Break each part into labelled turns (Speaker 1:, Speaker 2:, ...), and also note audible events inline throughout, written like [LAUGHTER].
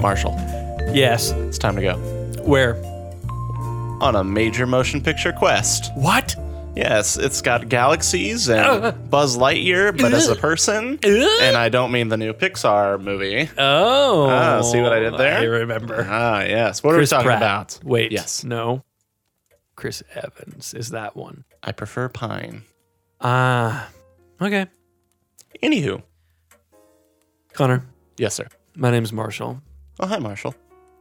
Speaker 1: Marshall,
Speaker 2: Yes.
Speaker 1: it's time to go.
Speaker 2: Where?
Speaker 1: On a major motion picture quest.
Speaker 2: What?
Speaker 1: Yes, it's got galaxies and Buzz Lightyear, but as a person. And I don't mean the new Pixar movie.
Speaker 2: Oh.
Speaker 1: Ah, see what I did there?
Speaker 2: I remember.
Speaker 1: Ah, yes. What are we
Speaker 2: Chris
Speaker 1: talking
Speaker 2: Pratt.
Speaker 1: about?
Speaker 2: Wait.
Speaker 1: Yes.
Speaker 2: No. Chris Evans is that one.
Speaker 1: I prefer Pine.
Speaker 2: Ah. okay.
Speaker 1: Anywho.
Speaker 2: Connor,
Speaker 1: Yes, sir.
Speaker 2: my name's Marshall.
Speaker 1: Oh, hi, Marshall.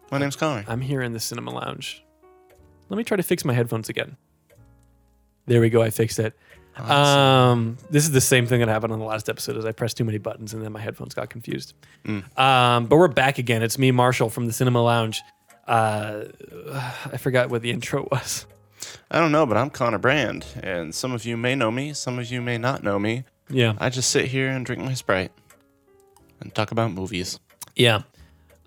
Speaker 1: My name's Connor.
Speaker 2: I'm here in the cinema lounge. Let me try to fix my headphones again. There we go. I fixed it. Um, this is the same thing that happened on the last episode. Is I pressed too many buttons and then my headphones got confused. Um, but we're back again. It's me, Marshall, from the Cinema Lounge. Uh, I forgot what the intro [LAUGHS] was.
Speaker 1: I don't know, but I'm Connor Brand, and some of you may know me, some of you may not know me.
Speaker 2: Yeah,
Speaker 1: I just sit here and drink my Sprite and talk about movies.
Speaker 2: yeah.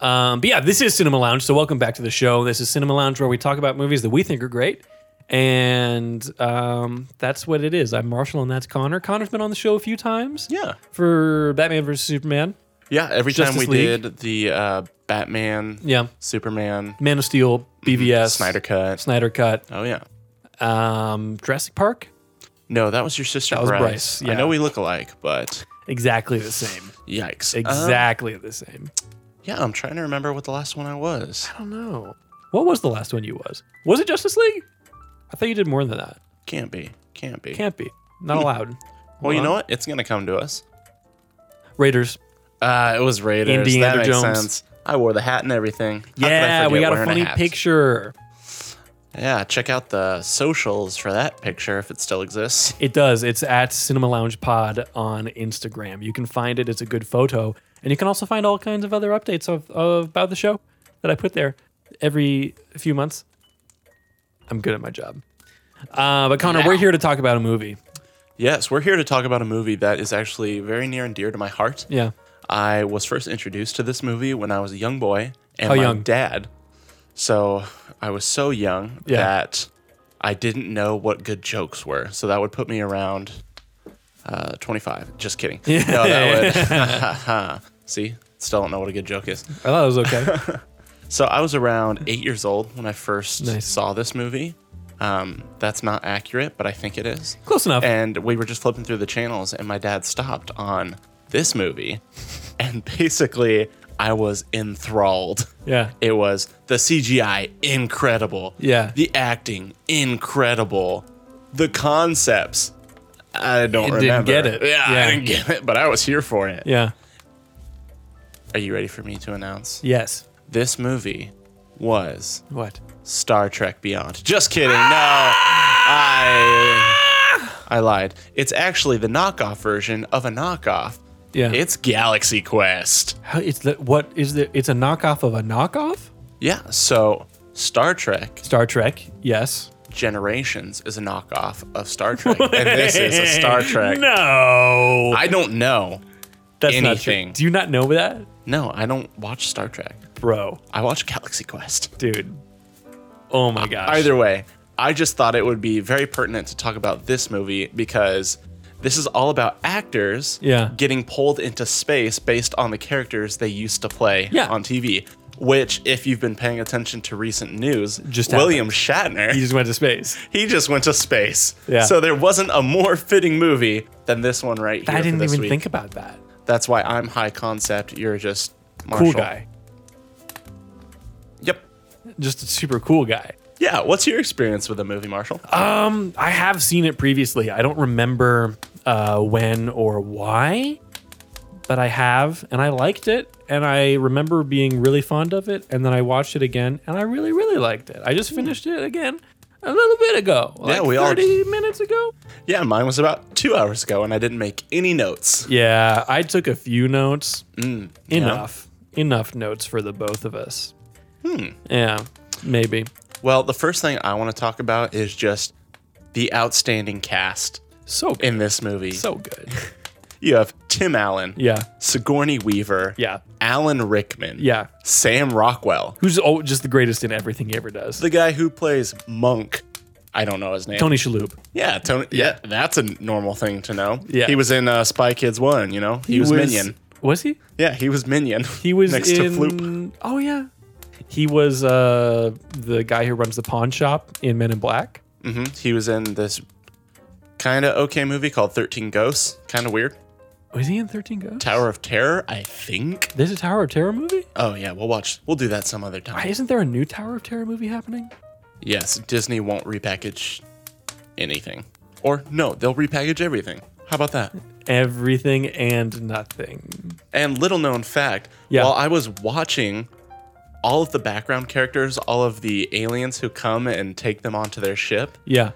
Speaker 2: Um, but yeah, this is Cinema Lounge. So welcome back to the show. This is Cinema Lounge where we talk about movies that we think are great, and um, that's what it is. I'm Marshall, and that's Connor. Connor's been on the show a few times.
Speaker 1: Yeah.
Speaker 2: for Batman versus Superman.
Speaker 1: Yeah, every time we
Speaker 2: Justice League.
Speaker 1: did the uh, Batman,
Speaker 2: Yeah,
Speaker 1: Superman, uh,
Speaker 2: Man of Steel, BVS,
Speaker 1: Snyder Cut.
Speaker 2: Mm-hmm. Snyder Cut,
Speaker 1: Oh, yeah.
Speaker 2: um, Jurassic Park,
Speaker 1: No, that was your sister
Speaker 2: was
Speaker 1: Bryce.
Speaker 2: Bryce, yeah.
Speaker 1: I know we look alike, but
Speaker 2: exactly the same,
Speaker 1: yikes. Uh,
Speaker 2: exactly the same.
Speaker 1: yeah, I'm trying to remember what the last one I was.
Speaker 2: I don't know. What was the last one you was? Was it Justice League? I thought you did more than that.
Speaker 1: Can't be. Can't be.
Speaker 2: Can't be. Not allowed.
Speaker 1: well, you know what? It's going to come to us.
Speaker 2: Raiders.
Speaker 1: Uh, it was Raiders.
Speaker 2: Indiana
Speaker 1: that makes
Speaker 2: Jones.
Speaker 1: sense. I wore the hat and everything. How could I
Speaker 2: Yeah, we
Speaker 1: forget
Speaker 2: got a
Speaker 1: wearing
Speaker 2: funny
Speaker 1: hat?
Speaker 2: picture.
Speaker 1: Yeah, check out the socials for that picture if it still exists.
Speaker 2: It does. It's at Cinema Lounge Pod on Instagram. You can find it. It's a good photo, and you can also find all kinds of other updates of, of about the show that I put there every few months. I'm good at my job. Uh, but Connor, we're here to talk about a movie.
Speaker 1: Yes, we're here to talk about a movie that is actually very near and dear to my heart.
Speaker 2: Yeah.
Speaker 1: I was first introduced to this movie when I was a young boy and
Speaker 2: How
Speaker 1: my
Speaker 2: young?
Speaker 1: dad. So I was so young
Speaker 2: Yeah.
Speaker 1: that I didn't know what good jokes were. So that would put me around uh, 25. Just
Speaker 2: [LAUGHS]
Speaker 1: kidding. No, that would. [LAUGHS] See, still don't know what a good joke is.
Speaker 2: I thought it was
Speaker 1: [LAUGHS]
Speaker 2: okay.
Speaker 1: So I was around eight years old when I first
Speaker 2: Nice.
Speaker 1: saw this movie. Um, that's not accurate, but I think it is.
Speaker 2: Close enough.
Speaker 1: And we were just flipping through the channels, and my dad stopped on this movie. And [LAUGHS] basically, I was enthralled.
Speaker 2: yeah.
Speaker 1: It was the CGI incredible.
Speaker 2: Yeah.
Speaker 1: The acting incredible. The concepts. I don't
Speaker 2: You didn't
Speaker 1: remember.
Speaker 2: get it.
Speaker 1: Yeah,
Speaker 2: Yeah.
Speaker 1: I didn't get it, but I was here for it.
Speaker 2: Yeah.
Speaker 1: Are you ready for me to announce?
Speaker 2: Yes.
Speaker 1: This movie was
Speaker 2: What?
Speaker 1: Star Trek Beyond. Just kidding. No, I I lied. It's actually the knockoff version of a knockoff.
Speaker 2: Yeah.
Speaker 1: It's Galaxy Quest.
Speaker 2: How- it's the, what is the? It's a knockoff of a knockoff.
Speaker 1: Yeah. So Star Trek
Speaker 2: Star Trek. Yes.
Speaker 1: Generations is a knockoff of Star Trek, and this is
Speaker 2: [LAUGHS]
Speaker 1: a Star Trek.
Speaker 2: No.
Speaker 1: I don't know.
Speaker 2: That's
Speaker 1: anything.
Speaker 2: not true. Do you not know that,
Speaker 1: No, I don't watch Star Trek.
Speaker 2: bro?
Speaker 1: I watch Galaxy Quest.
Speaker 2: dude. Oh my gosh.
Speaker 1: Either way, I just thought it would be very pertinent to talk about this movie because this is all about actors
Speaker 2: Yeah.
Speaker 1: getting pulled into space based on the characters they used to play
Speaker 2: Yeah.
Speaker 1: on TV. Which, if you've been paying attention to recent news,
Speaker 2: Just
Speaker 1: William Shatner,
Speaker 2: he just went to space.
Speaker 1: he just went to space.
Speaker 2: Yeah.
Speaker 1: So there wasn't a more fitting movie than this one right here.
Speaker 2: I
Speaker 1: for
Speaker 2: didn't
Speaker 1: this
Speaker 2: even
Speaker 1: week.
Speaker 2: think about that.
Speaker 1: That's why I'm high concept. You're just
Speaker 2: Cool
Speaker 1: Marshall.
Speaker 2: guy.
Speaker 1: Yep.
Speaker 2: Just a super cool guy. Um,
Speaker 1: Yeah. What's your experience with the movie, Marshall?
Speaker 2: I have seen it previously. I don't remember uh, when or why, but I have, and I liked it, and I remember being really fond of it. And then I watched it again, and I really, really liked it. I just finished it again a little bit ago. Like
Speaker 1: we all-
Speaker 2: thirty minutes ago.
Speaker 1: yeah, mine was about two hours ago, and I didn't make any notes.
Speaker 2: Yeah, I took a few notes.
Speaker 1: Mm,
Speaker 2: enough, enough notes for the both of us. Hmm. Yeah, maybe.
Speaker 1: Well, the first thing I want to talk about is just the outstanding cast
Speaker 2: So good.
Speaker 1: in this movie.
Speaker 2: so good.
Speaker 1: you have Tim Allen,
Speaker 2: Yeah,
Speaker 1: Sigourney Weaver,
Speaker 2: yeah,
Speaker 1: Alan Rickman,
Speaker 2: yeah.
Speaker 1: Sam Rockwell,
Speaker 2: Who's oh, just the greatest in everything he ever does?
Speaker 1: the guy who plays Monk. I don't know his name.
Speaker 2: Tony Shalhoub.
Speaker 1: Yeah, Tony. Yeah, that's a normal thing to know.
Speaker 2: Yeah.
Speaker 1: he was in uh, Spy Kids One. You know, he, was, Minion.
Speaker 2: Was he?
Speaker 1: Yeah, he was Minion.
Speaker 2: He was
Speaker 1: [LAUGHS] next to
Speaker 2: in.
Speaker 1: Floop.
Speaker 2: Oh yeah, he was uh, the guy who runs the pawn shop in Men in Black.
Speaker 1: hmm He was in this kind of okay movie called Thirteen Ghosts. Kind of weird.
Speaker 2: Was Oh, he in Thirteen Ghosts?
Speaker 1: Tower of Terror, I think.
Speaker 2: There's a Tower of Terror movie.
Speaker 1: Oh yeah, we'll watch. We'll do that some other
Speaker 2: Why
Speaker 1: time.
Speaker 2: isn't there a new Tower of Terror movie happening?
Speaker 1: Yes, Disney won't repackage anything, or no, they'll repackage everything. How about that?
Speaker 2: Everything and nothing.
Speaker 1: And little known fact,
Speaker 2: Yeah.
Speaker 1: while I was watching all of the background characters, all of the aliens who come and take them onto their ship,
Speaker 2: Yeah.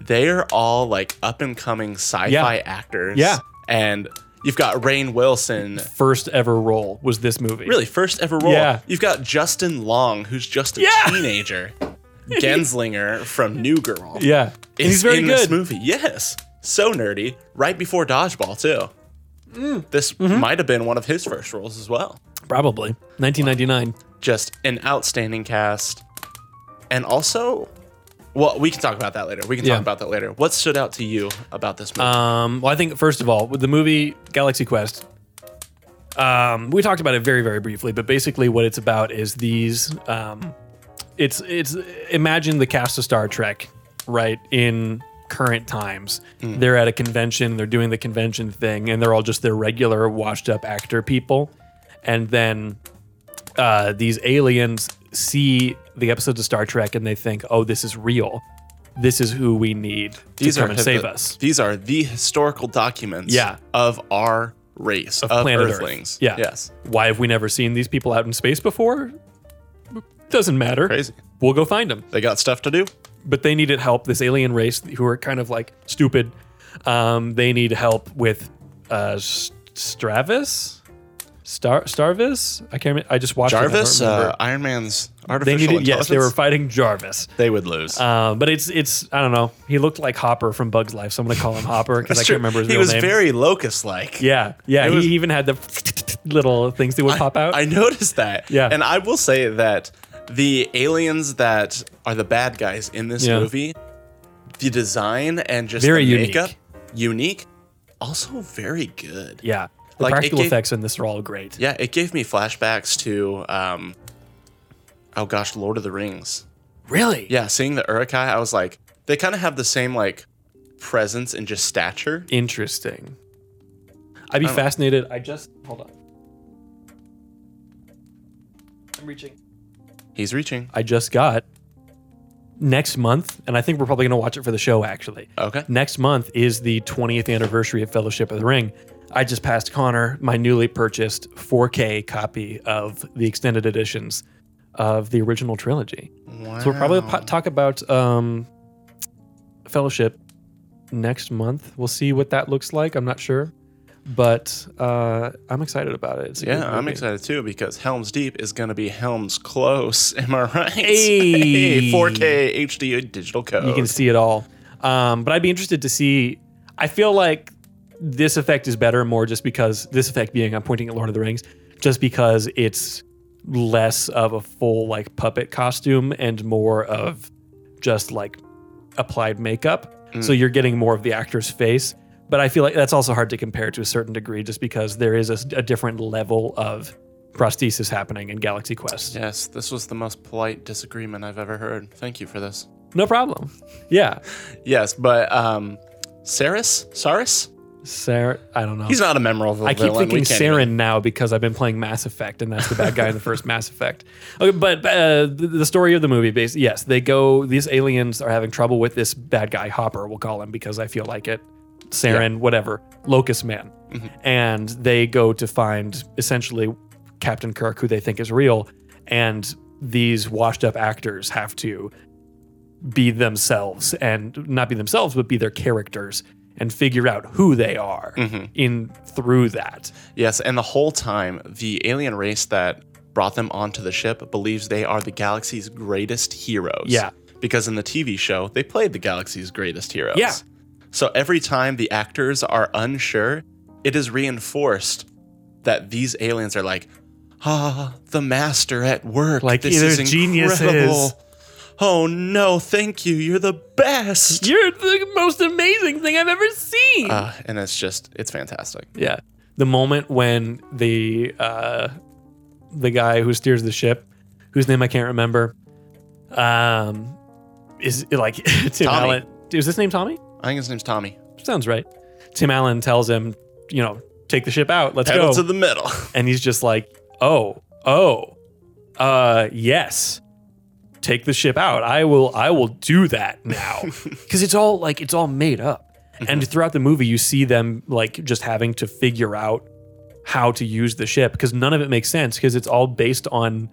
Speaker 1: they are all like up and coming sci-fi
Speaker 2: Yeah.
Speaker 1: actors.
Speaker 2: Yeah.
Speaker 1: And you've got Rain Wilson,
Speaker 2: First ever role was this movie.
Speaker 1: really first ever role.
Speaker 2: Yeah.
Speaker 1: You've got Justin Long, who's just a
Speaker 2: Yeah. [LAUGHS]
Speaker 1: teenager. Genslinger from New Girl.
Speaker 2: Yeah. And
Speaker 1: Is
Speaker 2: he's very
Speaker 1: in
Speaker 2: good.
Speaker 1: this movie. Yes. So nerdy. Right before Dodgeball, too.
Speaker 2: Mm.
Speaker 1: This
Speaker 2: Mm-hmm.
Speaker 1: might have been one of his first roles as well.
Speaker 2: Probably. 1999.
Speaker 1: just an outstanding cast. And also, well, we can talk about that later. We can
Speaker 2: Yeah.
Speaker 1: talk about that later. What stood out to you about this movie?
Speaker 2: Um, well, I think first of all, with the movie Galaxy Quest, um, we talked about it very, very briefly, but basically what it's about is these. Um, it's it's imagine the cast of Star Trek, right in current times. They're at a convention, they're doing the convention thing, and they're all just their regular washed up actor people, and then uh, these aliens see the episodes of Star Trek and they think, oh, this is real. This is who we need to come and
Speaker 1: hi-
Speaker 2: save
Speaker 1: the-
Speaker 2: us.
Speaker 1: These are the historical documents
Speaker 2: Yeah.
Speaker 1: of our race of,
Speaker 2: planet Earth.
Speaker 1: Earthlings.
Speaker 2: Yeah.
Speaker 1: Yes.
Speaker 2: Why have we never seen these people out in space before? Doesn't matter.
Speaker 1: Crazy.
Speaker 2: We'll go find them.
Speaker 1: They got stuff to do.
Speaker 2: But they needed help. This alien race, who are kind of like stupid, um, they need help with uh, S- Stravis, Star Starvis. I can't. Remember. I just watched. it. I don't
Speaker 1: Jarvis,
Speaker 2: remember.
Speaker 1: uh, Iron Man's
Speaker 2: they
Speaker 1: artificial
Speaker 2: needed. Yes,
Speaker 1: intelligence.
Speaker 2: they were fighting Jarvis.
Speaker 1: They would lose.
Speaker 2: Uh, but it's it's I don't know. He looked like Hopper from Bugs Life, so I'm gonna call him
Speaker 1: [LAUGHS]
Speaker 2: Hopper because I can't remember his
Speaker 1: he
Speaker 2: real
Speaker 1: was
Speaker 2: name.
Speaker 1: very locust-like.
Speaker 2: yeah, yeah.
Speaker 1: was-
Speaker 2: he even had the [LAUGHS] little things that would pop out.
Speaker 1: I noticed that.
Speaker 2: Yeah.
Speaker 1: And I will say that the aliens that are the bad guys in this
Speaker 2: Yeah.
Speaker 1: movie, the design and just
Speaker 2: Very
Speaker 1: the
Speaker 2: unique.
Speaker 1: makeup, unique, also very good.
Speaker 2: Yeah. The
Speaker 1: Like, it
Speaker 2: practical
Speaker 1: gave-
Speaker 2: effects in this are all great.
Speaker 1: Yeah, it gave me flashbacks to, um, oh gosh, Lord of the Rings.
Speaker 2: Really?
Speaker 1: Yeah, seeing the Urukai, I was like, they kind of have the same like presence and just stature.
Speaker 2: Interesting. I'd be fascinated. I just hold on. I'm reaching.
Speaker 1: He's reaching.
Speaker 2: I just got next month, and I think we're probably gonna watch it for the show actually.
Speaker 1: Okay.
Speaker 2: Next month is the 20th anniversary of Fellowship of the Ring. I just passed Connor my newly purchased 4K copy of the extended editions of the original trilogy.
Speaker 1: Wow.
Speaker 2: So we'll probably po- talk about um, fellowship next month. We'll see what that looks like. I'm not sure, but uh, I'm excited about it. It's a good
Speaker 1: Yeah, I'm
Speaker 2: movie.
Speaker 1: excited too because Helm's Deep is going to be Helm's Close. [LAUGHS] Am I right?
Speaker 2: Hey.
Speaker 1: [LAUGHS] 4K HD digital code.
Speaker 2: You can see it all, um, but I'd be interested to see. I feel like this effect is better more just because this effect being I'm pointing at Lord of the Rings, just because it's less of a full like puppet costume and more of just like applied makeup. So you're getting more of the actor's face. But I feel like that's also hard to compare to a certain degree just because there is a, s- a different level of prosthesis happening in Galaxy Quest.
Speaker 1: yes, this was the most polite disagreement I've ever heard. Thank you for this.
Speaker 2: No problem. Yeah.
Speaker 1: Yes, but um, Saris? Saris?
Speaker 2: Sarah, I don't know.
Speaker 1: He's not a memorable
Speaker 2: I keep
Speaker 1: villain.
Speaker 2: thinking
Speaker 1: We can't even-
Speaker 2: Saren now because I've been playing Mass Effect, and that's the bad guy in the first Mass Effect. Okay, but uh, the, the story of the movie, based yes, they go. These aliens are having trouble with this bad guy Hopper. We'll call him because I feel like it. Saren, whatever, Locust Man, and they go to find essentially Captain Kirk, who they think is real, and these washed-up actors have to be themselves and not be themselves, but be their characters and figure out who they are in through that.
Speaker 1: Yes, and the whole time, the alien race that brought them onto the ship believes they are the galaxy's greatest heroes.
Speaker 2: Yeah.
Speaker 1: Because in the TV show, they played the galaxy's greatest heroes.
Speaker 2: Yeah.
Speaker 1: So every time the actors are unsure, it is reinforced that these aliens are like, ah, the master at work.
Speaker 2: Like,
Speaker 1: this
Speaker 2: they're
Speaker 1: is
Speaker 2: geniuses."
Speaker 1: incredible. Oh no, thank you. You're the best. Ah,
Speaker 2: You're the most amazing thing I've ever seen.
Speaker 1: Uh, and it's just, it's fantastic.
Speaker 2: yeah. the moment when the uh, the guy who steers the ship, whose name I can't remember, um, is like [LAUGHS] Tim
Speaker 1: Tommy.
Speaker 2: Allen. Is this name Tommy?
Speaker 1: I think his name's Tommy.
Speaker 2: Sounds right. Tim Allen tells him, you know, take the ship out. Let's
Speaker 1: Pedal
Speaker 2: go.
Speaker 1: to the metal.
Speaker 2: and he's just like, "Oh, oh, uh, yes, take the ship out. I will, I will do that
Speaker 1: [LAUGHS]
Speaker 2: now." Because it's all like it's all made up,
Speaker 1: Mm-hmm.
Speaker 2: and throughout the movie, you see them like just having to figure out how to use the ship because none of it makes sense because it's all based on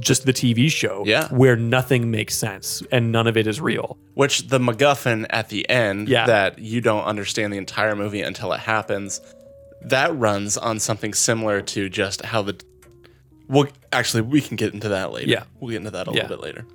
Speaker 2: just the TV show,
Speaker 1: Yeah.
Speaker 2: where nothing makes sense and none of it is real.
Speaker 1: Which the MacGuffin at the end
Speaker 2: Yeah.
Speaker 1: that you don't understand the entire movie until it happens, that runs on something similar to just how the. Well, actually, we can get into that later.
Speaker 2: Yeah.
Speaker 1: We'll get into that a
Speaker 2: Yeah.
Speaker 1: little bit later.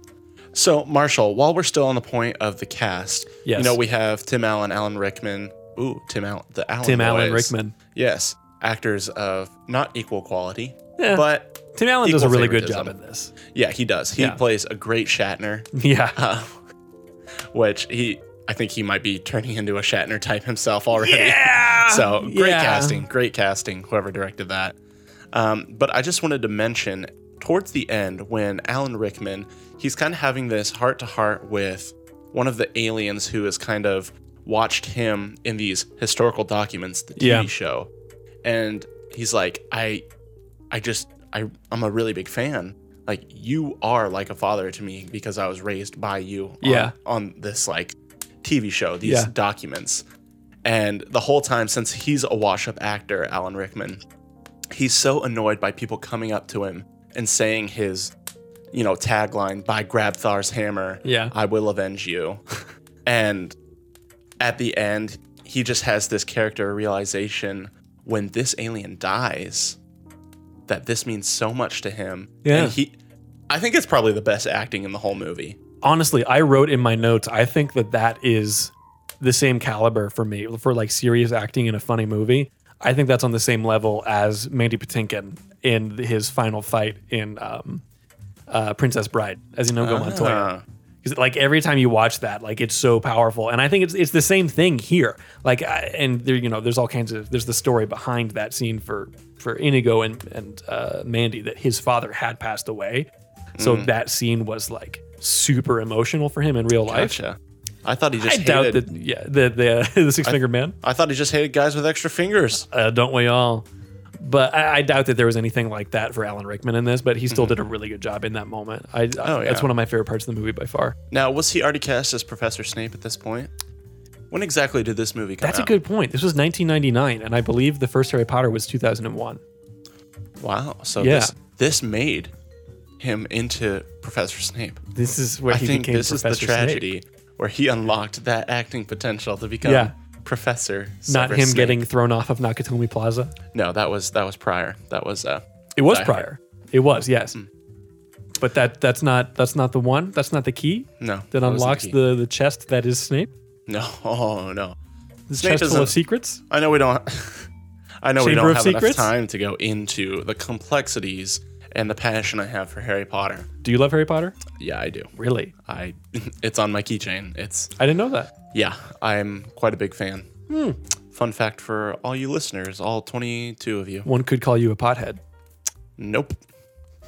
Speaker 1: So, Marshall, while we're still on the point of the cast,
Speaker 2: Yes.
Speaker 1: you know, we have Tim Allen, Alan Rickman. Ooh, Tim Allen, the Allen
Speaker 2: Tim Allen
Speaker 1: boys.
Speaker 2: Rickman.
Speaker 1: Yes. Actors of not equal quality,
Speaker 2: Yeah.
Speaker 1: but
Speaker 2: Tim Allen does a
Speaker 1: Equal
Speaker 2: really good
Speaker 1: favoritism.
Speaker 2: job in this. [LAUGHS]
Speaker 1: yeah, he does. He
Speaker 2: Yeah.
Speaker 1: plays a great Shatner.
Speaker 2: Yeah.
Speaker 1: Uh, which he, I think he might be turning into a Shatner type himself already.
Speaker 2: Yeah.
Speaker 1: [LAUGHS] So great
Speaker 2: Yeah.
Speaker 1: casting, great casting, whoever directed that. Um, but I just wanted to mention towards the end when Alan Rickman, he's kind of having this heart to heart with one of the aliens who has kind of watched him in these historical documents, the TV
Speaker 2: Yeah.
Speaker 1: show. And he's like, I, I just, I, I'm a really big fan. Like you are like a father to me because I was raised by you. On,
Speaker 2: Yeah.
Speaker 1: On this like TV show, these
Speaker 2: Yeah.
Speaker 1: documents. And the whole time, since he's a wash up actor, Alan Rickman, he's so annoyed by people coming up to him and saying his, you know, tagline by Grabthar's hammer,
Speaker 2: Yeah.
Speaker 1: I will avenge you. [LAUGHS] and at the end, he just has this character realization when this alien dies that this means so much to him.
Speaker 2: Yeah.
Speaker 1: And he I think it's probably the best acting in the whole movie.
Speaker 2: honestly, I wrote in my notes, I think that that is the same caliber for me for like serious acting in a funny movie. I think that's on the same level as Mandy Patinkin in his final fight in um, uh, Princess Bride as Inogo Montoya.
Speaker 1: Uh,
Speaker 2: Because like every time you watch that, like it's so powerful, and I think it's it's the same thing here. Like, I, and there you know, there's all kinds of there's the story behind that scene for for Inigo and and uh, Mandy that his father had passed away, so
Speaker 1: Mm.
Speaker 2: that scene was like super emotional for him in real life.
Speaker 1: gotcha. I thought he
Speaker 2: I
Speaker 1: just
Speaker 2: doubt
Speaker 1: hated
Speaker 2: that. Yeah, the the, [LAUGHS] the six fingered man.
Speaker 1: I thought he just hated guys with extra fingers.
Speaker 2: Uh, don't we all? But I, I doubt that there was anything like that for Alan Rickman in this. But he still did a really good job in that moment. I,
Speaker 1: Mm-hmm. Oh,
Speaker 2: that's
Speaker 1: yeah.
Speaker 2: one of my favorite parts of the movie by far.
Speaker 1: Now, was he already cast as Professor Snape at this point? When exactly did this movie come
Speaker 2: That's a
Speaker 1: out?
Speaker 2: good point. This was 1999, and I believe the first Harry Potter was 2001.
Speaker 1: Wow. So
Speaker 2: Yeah.
Speaker 1: this this made him into Professor Snape.
Speaker 2: This is where
Speaker 1: I
Speaker 2: he
Speaker 1: think
Speaker 2: became
Speaker 1: this is
Speaker 2: Professor
Speaker 1: the tragedy where he unlocked that acting potential to become
Speaker 2: Yeah.
Speaker 1: Professor.
Speaker 2: Snape. Not
Speaker 1: Severus
Speaker 2: him
Speaker 1: Snape.
Speaker 2: getting thrown off of Nakatomi Plaza.
Speaker 1: No, that was that was prior. That was uh
Speaker 2: It was
Speaker 1: Die Hard.
Speaker 2: prior. It was yes, but that that's not that's not the one. That's not the key
Speaker 1: no.
Speaker 2: that
Speaker 1: wasn't
Speaker 2: unlocks
Speaker 1: he.
Speaker 2: the, the chest that is Snape.
Speaker 1: No. Oh no. [LAUGHS]
Speaker 2: The
Speaker 1: Snape
Speaker 2: chest full
Speaker 1: isn't-
Speaker 2: of secrets.
Speaker 1: I know we don't. [LAUGHS] I know we
Speaker 2: Chamber
Speaker 1: don't
Speaker 2: of
Speaker 1: have
Speaker 2: Secrets?
Speaker 1: enough time to go into the complexities and the passion I have for Harry Potter.
Speaker 2: Do you love Harry Potter?
Speaker 1: Yeah, I do.
Speaker 2: Really?
Speaker 1: I [LAUGHS] it's on my keychain. It's
Speaker 2: I didn't know that.
Speaker 1: yeah, I'm quite a big fan.
Speaker 2: Hmm.
Speaker 1: Fun fact for all you listeners, all 22 of you.
Speaker 2: One could call you a pothead.
Speaker 1: Nope.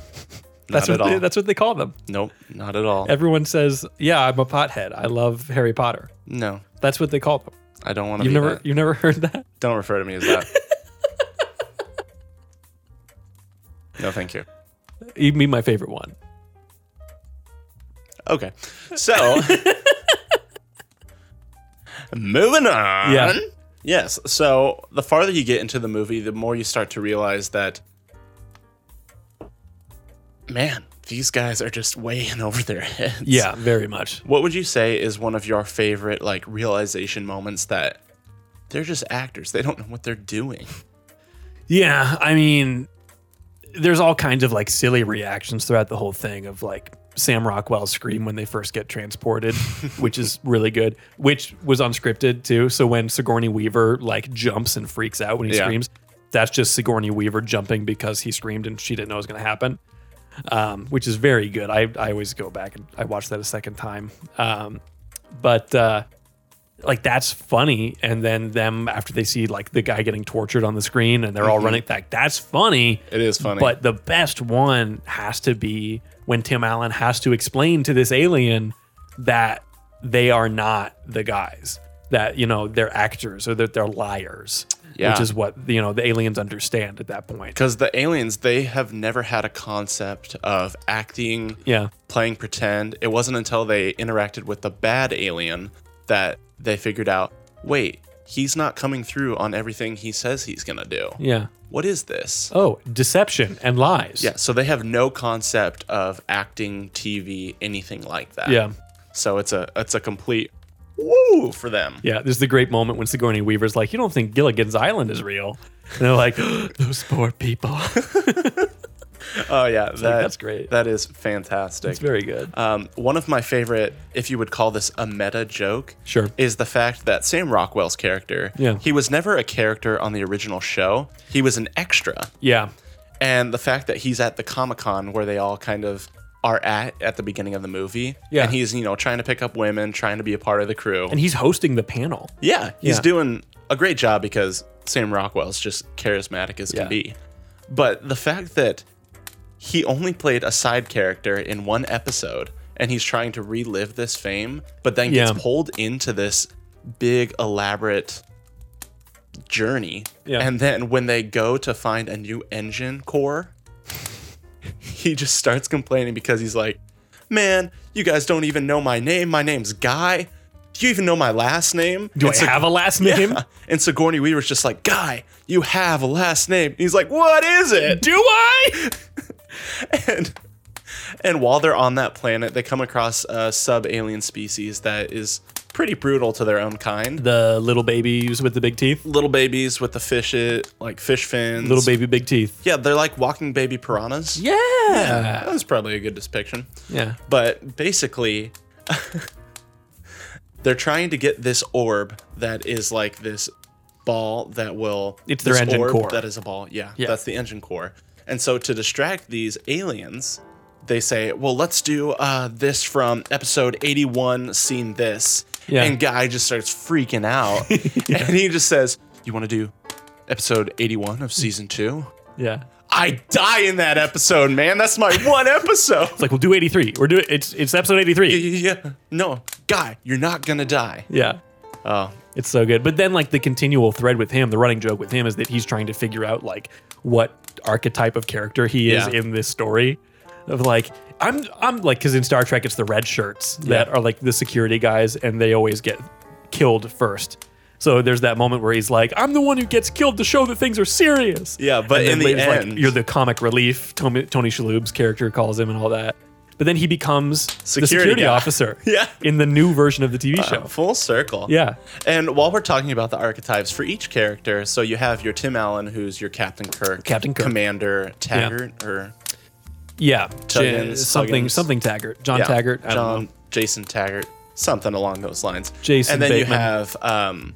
Speaker 2: [LAUGHS] That's
Speaker 1: not at
Speaker 2: what they,
Speaker 1: all.
Speaker 2: that's what they call them.
Speaker 1: nope, not at all.
Speaker 2: Everyone says, "Yeah, I'm a pothead. I love Harry Potter."
Speaker 1: No,
Speaker 2: That's what they call them.
Speaker 1: I don't want to
Speaker 2: You've
Speaker 1: be
Speaker 2: never
Speaker 1: that.
Speaker 2: you've never [LAUGHS] heard that?
Speaker 1: Don't refer to me as that. [LAUGHS] no, thank you.
Speaker 2: You mean my favorite one?
Speaker 1: Okay. So moving on.
Speaker 2: Yeah.
Speaker 1: Yes. So the farther you get into the movie, the more you start to realize that man, these guys are just way in [LAUGHS] over their heads.
Speaker 2: Yeah, very much.
Speaker 1: What would you say is one of your favorite like realization moments that they're just actors. They don't know what they're doing.
Speaker 2: Yeah, I mean, there's all kinds of like silly reactions throughout the whole thing of like Sam Rockwell's scream when they first get [LAUGHS] transported, which is really good, which was unscripted too. So when Sigourney Weaver like jumps and freaks out when he
Speaker 1: Yeah.
Speaker 2: screams, that's just Sigourney Weaver jumping because he screamed and she didn't know it was going to happen. Um, which is very good. I, I always go back and I watch that a second time. Um, but uh, like that's funny and then them after they see like the guy getting tortured on the screen and they're all running like that's funny
Speaker 1: Mm-hmm. It is funny.
Speaker 2: but the best one has to be when Tim Allen has to explain to this alien that they are not the guys, that, you know, they're actors or that they're liars,
Speaker 1: Yeah.
Speaker 2: which is what, you know, the aliens understand at that point.
Speaker 1: because the aliens, they have never had a concept of acting,
Speaker 2: Yeah.
Speaker 1: playing pretend. It wasn't until they interacted with the bad alien that they figured out wait, he's not coming through on everything he says he's going to do.
Speaker 2: Yeah.
Speaker 1: What is this?
Speaker 2: Oh, deception and lies.
Speaker 1: Yeah, so they have no concept of acting, TV, anything like that.
Speaker 2: Yeah.
Speaker 1: So it's a it's a complete woo for them.
Speaker 2: Yeah. This is the great moment when Sigourney Weaver's like, you don't think Gilligan's Island is real. And they're like, [GASPS] those poor people. [LAUGHS]
Speaker 1: Oh yeah, that-
Speaker 2: that's great.
Speaker 1: That is fantastic.
Speaker 2: it's very good.
Speaker 1: Um, one of my favorite, if you would call this a meta joke,
Speaker 2: Sure.
Speaker 1: is the fact that Sam Rockwell's character,
Speaker 2: Yeah.
Speaker 1: he was never a character on the original show. He was an extra,
Speaker 2: Yeah.
Speaker 1: and the fact that he's at the Comic Con where they all kind of are at at the beginning of the movie,
Speaker 2: Yeah.
Speaker 1: and he's you know trying to pick up women, trying to be a part of the crew,
Speaker 2: And he's hosting the panel.
Speaker 1: yeah, he's
Speaker 2: Yeah.
Speaker 1: doing a great job because Sam Rockwell's just charismatic as
Speaker 2: Yeah.
Speaker 1: can be. But the fact that he only played a side character in one episode and he's trying to relive this fame, but then
Speaker 2: Yeah.
Speaker 1: gets pulled into this big, elaborate journey.
Speaker 2: Yeah.
Speaker 1: And then when they go to find a new engine core, [LAUGHS] he just starts complaining because he's like, Man, you guys don't even know my name. My name's Guy. Do you even know my last name?
Speaker 2: Do
Speaker 1: And
Speaker 2: I have a last name?
Speaker 1: and Sigourney Weaver's just like, Guy, you have a last name. And he's like, What is
Speaker 2: [LAUGHS]
Speaker 1: it?
Speaker 2: Do I?
Speaker 1: And, and while they're on that planet, they come across a sub alien species that is pretty brutal to their own kind.
Speaker 2: the little babies with the big teeth.
Speaker 1: Little babies with the fish, like fish fins.
Speaker 2: Little baby, big teeth.
Speaker 1: Yeah, they're like walking baby piranhas.
Speaker 2: Yeah.
Speaker 1: That was probably a good depiction.
Speaker 2: Yeah.
Speaker 1: But basically, [LAUGHS] they're trying to get this orb that is like this ball that will.
Speaker 2: It's their
Speaker 1: this
Speaker 2: engine
Speaker 1: orb
Speaker 2: core.
Speaker 1: That is a ball. Yeah,
Speaker 2: Yeah.
Speaker 1: that's the engine core. And so to distract these aliens, they say, "Well, let's do uh, this from episode 81, scene this."
Speaker 2: Yeah.
Speaker 1: And guy just starts
Speaker 2: [LAUGHS]
Speaker 1: freaking out, and he just says, "You want to do episode 81 of season two?
Speaker 2: Yeah.
Speaker 1: I die in that episode, man. That's my one episode."
Speaker 2: It's like we'll do 83. We're doing it's it's episode 83.
Speaker 1: yeah. No, guy, you're not gonna die.
Speaker 2: Yeah.
Speaker 1: Oh,
Speaker 2: It's so good. But then like the continual thread with him, the running joke with him is that he's trying to figure out like what archetype of character he is
Speaker 1: Yeah.
Speaker 2: in this story of like I'm I'm like cuz in Star Trek it's the red shirts that
Speaker 1: Yeah.
Speaker 2: are like the security guys and they always get killed first. So there's that moment where he's like, "I'm the one who gets killed to show that things are serious."
Speaker 1: Yeah, but
Speaker 2: And then
Speaker 1: in the
Speaker 2: later it's
Speaker 1: end-
Speaker 2: like, you're the comic relief. Tony, Tony Shalhoub's character calls him and all that. But then he becomes the
Speaker 1: Security
Speaker 2: security
Speaker 1: guy.
Speaker 2: officer
Speaker 1: [LAUGHS] Yeah.
Speaker 2: in the new version of the TV show.
Speaker 1: uh, full circle.
Speaker 2: Yeah.
Speaker 1: And while we're talking about the archetypes for each character, so you have your Tim Allen, who's your Captain Kirk,
Speaker 2: Captain Kirk.
Speaker 1: Commander Taggart, or
Speaker 2: Yeah,
Speaker 1: Tuggins,
Speaker 2: J- something
Speaker 1: Tuggins.
Speaker 2: something Taggart, John
Speaker 1: yeah,
Speaker 2: Taggart, I don't
Speaker 1: John,
Speaker 2: know.
Speaker 1: Jason Taggart, something along those lines.
Speaker 2: Jason
Speaker 1: And then you
Speaker 2: Bateman.
Speaker 1: have um,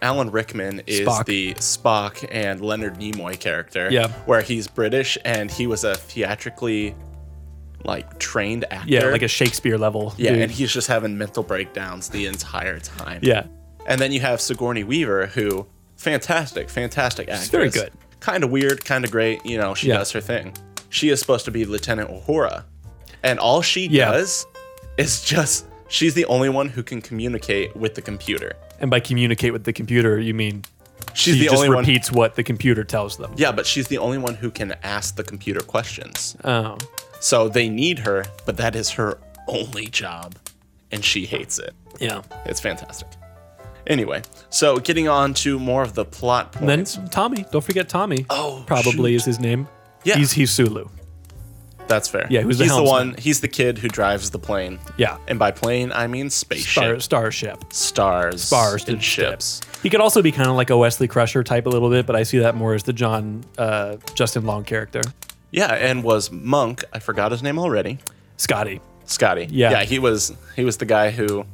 Speaker 1: Alan Rickman is
Speaker 2: Spock.
Speaker 1: the Spock and Leonard Nimoy character.
Speaker 2: Yeah.
Speaker 1: where he's British and he was a theatrically like trained actor.
Speaker 2: Yeah, like a Shakespeare level.
Speaker 1: Yeah,
Speaker 2: dude.
Speaker 1: and he's just having mental breakdowns the entire time.
Speaker 2: yeah,
Speaker 1: And then you have Sigourney Weaver, who fantastic, fantastic actress.
Speaker 2: very good.
Speaker 1: Kind of weird, kind of great. You know, she
Speaker 2: Yeah.
Speaker 1: does her thing. She is supposed to be Lieutenant Uhura, and all she
Speaker 2: Yeah.
Speaker 1: does is just she's the only one who can communicate with the computer.
Speaker 2: and by communicate with the computer, you mean
Speaker 1: She's
Speaker 2: he
Speaker 1: the
Speaker 2: just
Speaker 1: only one.
Speaker 2: repeats what the computer tells them.
Speaker 1: Yeah, but she's the only one who can ask the computer questions.
Speaker 2: Oh,
Speaker 1: So they need her, but that is her only job, and she hates it.
Speaker 2: yeah.
Speaker 1: It's fantastic. Anyway, so getting on to more of the plot
Speaker 2: And then
Speaker 1: points.
Speaker 2: Tommy, don't forget Tommy.
Speaker 1: Oh,
Speaker 2: probably is his name.
Speaker 1: Yeah.
Speaker 2: he's he's Sulu.
Speaker 1: That's fair.
Speaker 2: Yeah, who's the
Speaker 1: he's the
Speaker 2: helmsman?
Speaker 1: one? He's the kid who drives the plane.
Speaker 2: Yeah,
Speaker 1: And by plane, I mean spaceship,
Speaker 2: Star, starship,
Speaker 1: stars,
Speaker 2: stars,
Speaker 1: and ships.
Speaker 2: He could also be kind of like a Wesley Crusher type a little bit, but I see that more as the John uh, Justin Long character,
Speaker 1: Yeah, and was Monk? I forgot his name already.
Speaker 2: Scotty.
Speaker 1: Scotty.
Speaker 2: Yeah.
Speaker 1: yeah, he was. He was the guy who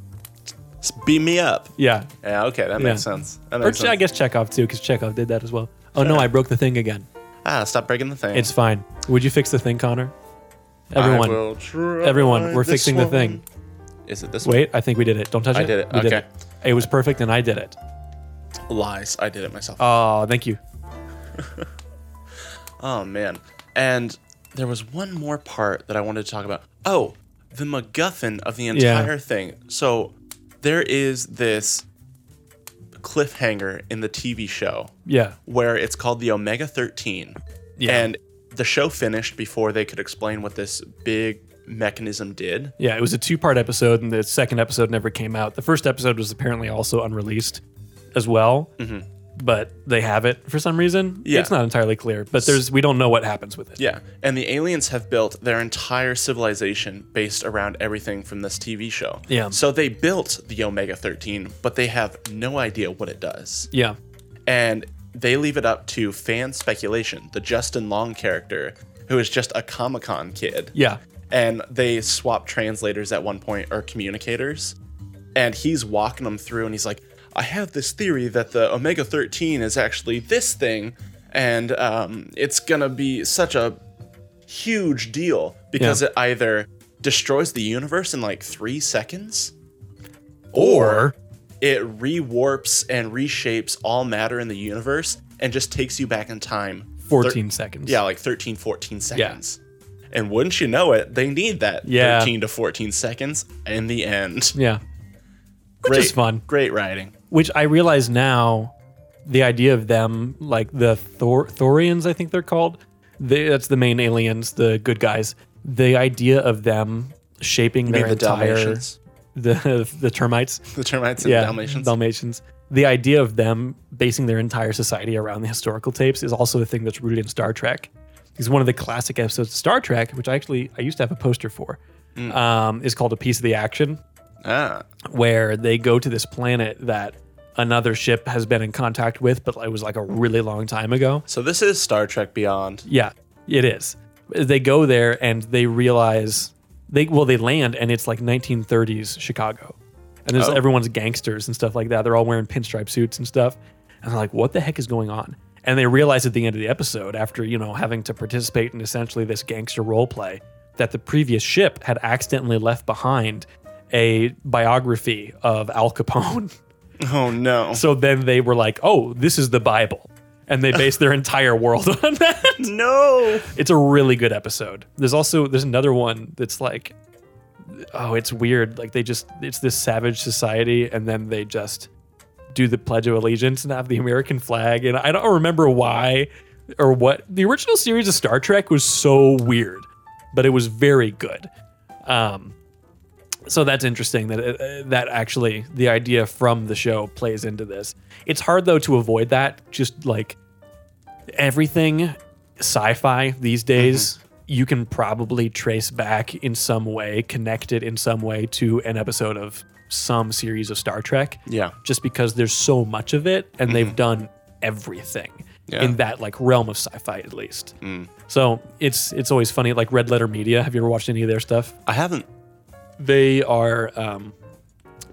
Speaker 1: s- beat me up.
Speaker 2: Yeah,
Speaker 1: Yeah, okay, that makes
Speaker 2: Yeah.
Speaker 1: sense. That
Speaker 2: or
Speaker 1: makes
Speaker 2: I
Speaker 1: sense.
Speaker 2: guess Chekhov too, because Chekhov did that as well. Oh no, I broke the thing again.
Speaker 1: Ah, stop breaking the thing.
Speaker 2: It's fine. Would you fix the thing, Connor?
Speaker 1: I
Speaker 2: Everyone,
Speaker 1: will try
Speaker 2: everyone, we're
Speaker 1: this
Speaker 2: fixing the
Speaker 1: one.
Speaker 2: thing.
Speaker 1: Is it this way?
Speaker 2: Wait, I think we did it. Don't touch it.
Speaker 1: I did it.
Speaker 2: We
Speaker 1: Okay.
Speaker 2: it. It was perfect, and I did it.
Speaker 1: Lies. I did it myself.
Speaker 2: Oh, thank you.
Speaker 1: Oh man. And there was one more part that I wanted to talk about. Oh, the MacGuffin of the
Speaker 2: Yeah.
Speaker 1: entire thing. So there is this cliffhanger in the TV show
Speaker 2: Yeah.
Speaker 1: where it's called the Omega 13.
Speaker 2: Yeah.
Speaker 1: And the show finished before they could explain what this big mechanism did.
Speaker 2: Yeah, it was a two part episode, and the second episode never came out. The first episode was apparently also unreleased as well, but they have it for some reason.
Speaker 1: Mm-hmm. Yeah.
Speaker 2: It's not entirely clear, but there's we don't know what happens with it.
Speaker 1: Yeah. And the aliens have built their entire civilization based around everything from this TV show.
Speaker 2: Yeah.
Speaker 1: So they built the Omega 13, but they have no idea what it does.
Speaker 2: Yeah.
Speaker 1: and they leave it up to fan speculation. The Justin Long character, who is just a Comic Con kid,
Speaker 2: Yeah.
Speaker 1: and they swap translators at one point or communicators, and he's walking them through, and he's like, "I have this theory that the Omega 13 is actually this thing, and um, it's gonna be such a huge deal because
Speaker 2: Yeah.
Speaker 1: it either destroys the universe in like three seconds."
Speaker 2: Or
Speaker 1: it rewarps and reshapes all matter in the universe and just takes you back in time
Speaker 2: 14 seconds.
Speaker 1: yeah like 13 14 seconds and wouldn't you know it they need that
Speaker 2: Yeah.
Speaker 1: 13 to 14 seconds in the end
Speaker 2: Yeah. [LAUGHS] Which
Speaker 1: great
Speaker 2: is fun.
Speaker 1: great writing
Speaker 2: Which I realize now the idea of them, like the Thor- Thorians, I think they're called. They, that's the main aliens, the good guys. The idea of them shaping their
Speaker 1: the
Speaker 2: entire
Speaker 1: dalmatians
Speaker 2: [LAUGHS] the the termites.
Speaker 1: the termites and the dalmatians
Speaker 2: Dalmatians. The idea of them basing their entire society around the historical tapes is also a thing that's rooted in Star Trek. Because one of the classic episodes of Star Trek, which I actually I used to have a poster for,
Speaker 1: Mm.
Speaker 2: um, is called "A Piece of the Action,"
Speaker 1: ah
Speaker 2: where they go to this planet that another ship has been in contact with, but it was like a really long time ago.
Speaker 1: so this is star trek beyond
Speaker 2: Yeah, it is. They go there and they realize they well they land and it's like 1930s Chicago, and there's
Speaker 1: Oh.
Speaker 2: everyone's gangsters and stuff like that. They're all wearing pinstripe suits and stuff, and they're like, "What the heck is going on?" And they realize at the end of the episode, after you know having to participate in essentially this gangster role play, that the previous ship had accidentally left behind a biography of Al Capone.
Speaker 1: [LAUGHS]
Speaker 2: [LAUGHS]
Speaker 1: oh no [LAUGHS]
Speaker 2: so then they were like, "Oh, this is the Bible," and they based their entire world [LAUGHS] on that.
Speaker 1: no
Speaker 2: It's a really good episode. There's also there's another one that's like oh, it's weird. Like they just it's this savage society and then they just do the pledge of allegiance and have the American flag and I don't remember why or what. The original series of Star Trek was so weird, but it was very good. Um so that's interesting that uh, that actually the idea from the show plays into this. It's hard though to avoid that just like everything sci-fi these days you can probably trace back in some way connected in some way to an episode of some series of star trek
Speaker 1: yeah
Speaker 2: just because there's so much of it and they've done everything
Speaker 1: Mm-hmm. Yeah. Mm.
Speaker 2: in that like realm of sci-fi at least so it's it's always funny like red letter media have you ever watched any of their stuff
Speaker 1: i haven't
Speaker 2: they are um,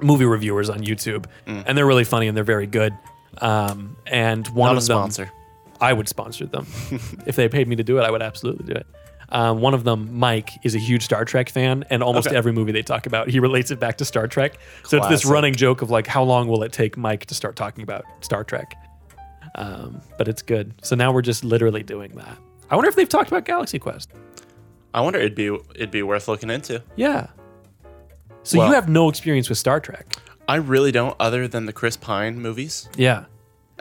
Speaker 2: movie reviewers on youtube
Speaker 1: Mm.
Speaker 2: and they're really funny and they're very good um, and one
Speaker 1: not a
Speaker 2: of them
Speaker 1: sponsor
Speaker 2: I would sponsor
Speaker 1: [LAUGHS]
Speaker 2: them. if they paid me to do it, I would absolutely do it. Um, one of them, Mike, is a huge Star Trek fan, and almost
Speaker 1: Okay.
Speaker 2: every movie they talk about, he relates it back to Star Trek. So it's this
Speaker 1: Classic.
Speaker 2: running joke of like, how long will it take Mike to start talking about Star Trek? Um, but it's good. So now we're just literally doing that. I wonder if they've talked about Galaxy Quest.
Speaker 1: i wonder it'd be it'd be worth looking into
Speaker 2: Yeah. So
Speaker 1: Well-
Speaker 2: you have no experience with Star Trek.
Speaker 1: i really don't other than the chris pine movies
Speaker 2: Yeah.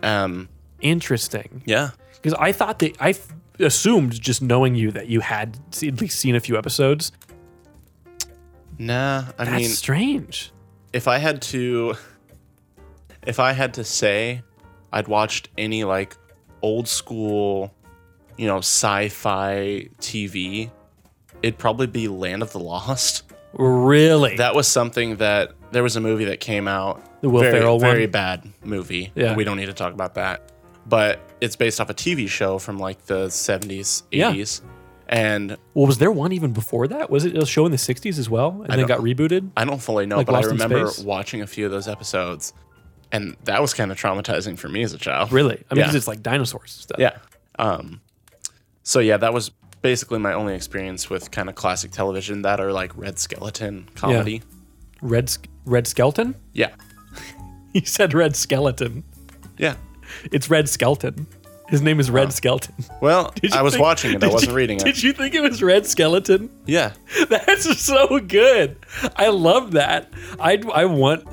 Speaker 1: um
Speaker 2: Interesting.
Speaker 1: yeah
Speaker 2: Because I thought that I f- assumed just knowing you that you had se- at least seen a few episodes.
Speaker 1: Nah, I
Speaker 2: That's
Speaker 1: mean,
Speaker 2: strange.
Speaker 1: if I had to, if I had to say, I'd watched any like old school, you know, sci-fi TV, it'd probably be Land of the Lost.
Speaker 2: Really?
Speaker 1: That was something that there was a movie that came out,
Speaker 2: The Will
Speaker 1: very,
Speaker 2: Ferrell one?
Speaker 1: very bad movie.
Speaker 2: Yeah.
Speaker 1: we don't need to talk about that. But it's based off a TV show from like the 70s,
Speaker 2: Yeah.
Speaker 1: 80s, and
Speaker 2: well, was there one even before that? Was it a show in the '60s as well, and then got
Speaker 1: don't-
Speaker 2: rebooted?
Speaker 1: I don't fully know,
Speaker 2: Like
Speaker 1: but I
Speaker 2: Lost in
Speaker 1: remember
Speaker 2: Space?
Speaker 1: watching a few of those episodes, and that was kind of traumatizing for me as a child.
Speaker 2: Really? I mean, 'cause
Speaker 1: Yeah.
Speaker 2: it's like dinosaurs and stuff.
Speaker 1: Yeah. Um, so yeah, that was basically my only experience with kind of classic television that are like Red Skeleton comedy.
Speaker 2: Red Sk- Red Skeleton? [LAUGHS]
Speaker 1: Yeah.
Speaker 2: He said Red Skeleton.
Speaker 1: Yeah.
Speaker 2: It's Red Skeleton. His name is Red Skeleton. [LAUGHS]
Speaker 1: Well,
Speaker 2: Did you
Speaker 1: I was
Speaker 2: think-
Speaker 1: watching it. I
Speaker 2: did
Speaker 1: wasn't
Speaker 2: you-
Speaker 1: reading it.
Speaker 2: Did you think it was Red Skeleton? [LAUGHS]
Speaker 1: yeah.
Speaker 2: That's so good. I love that. I I want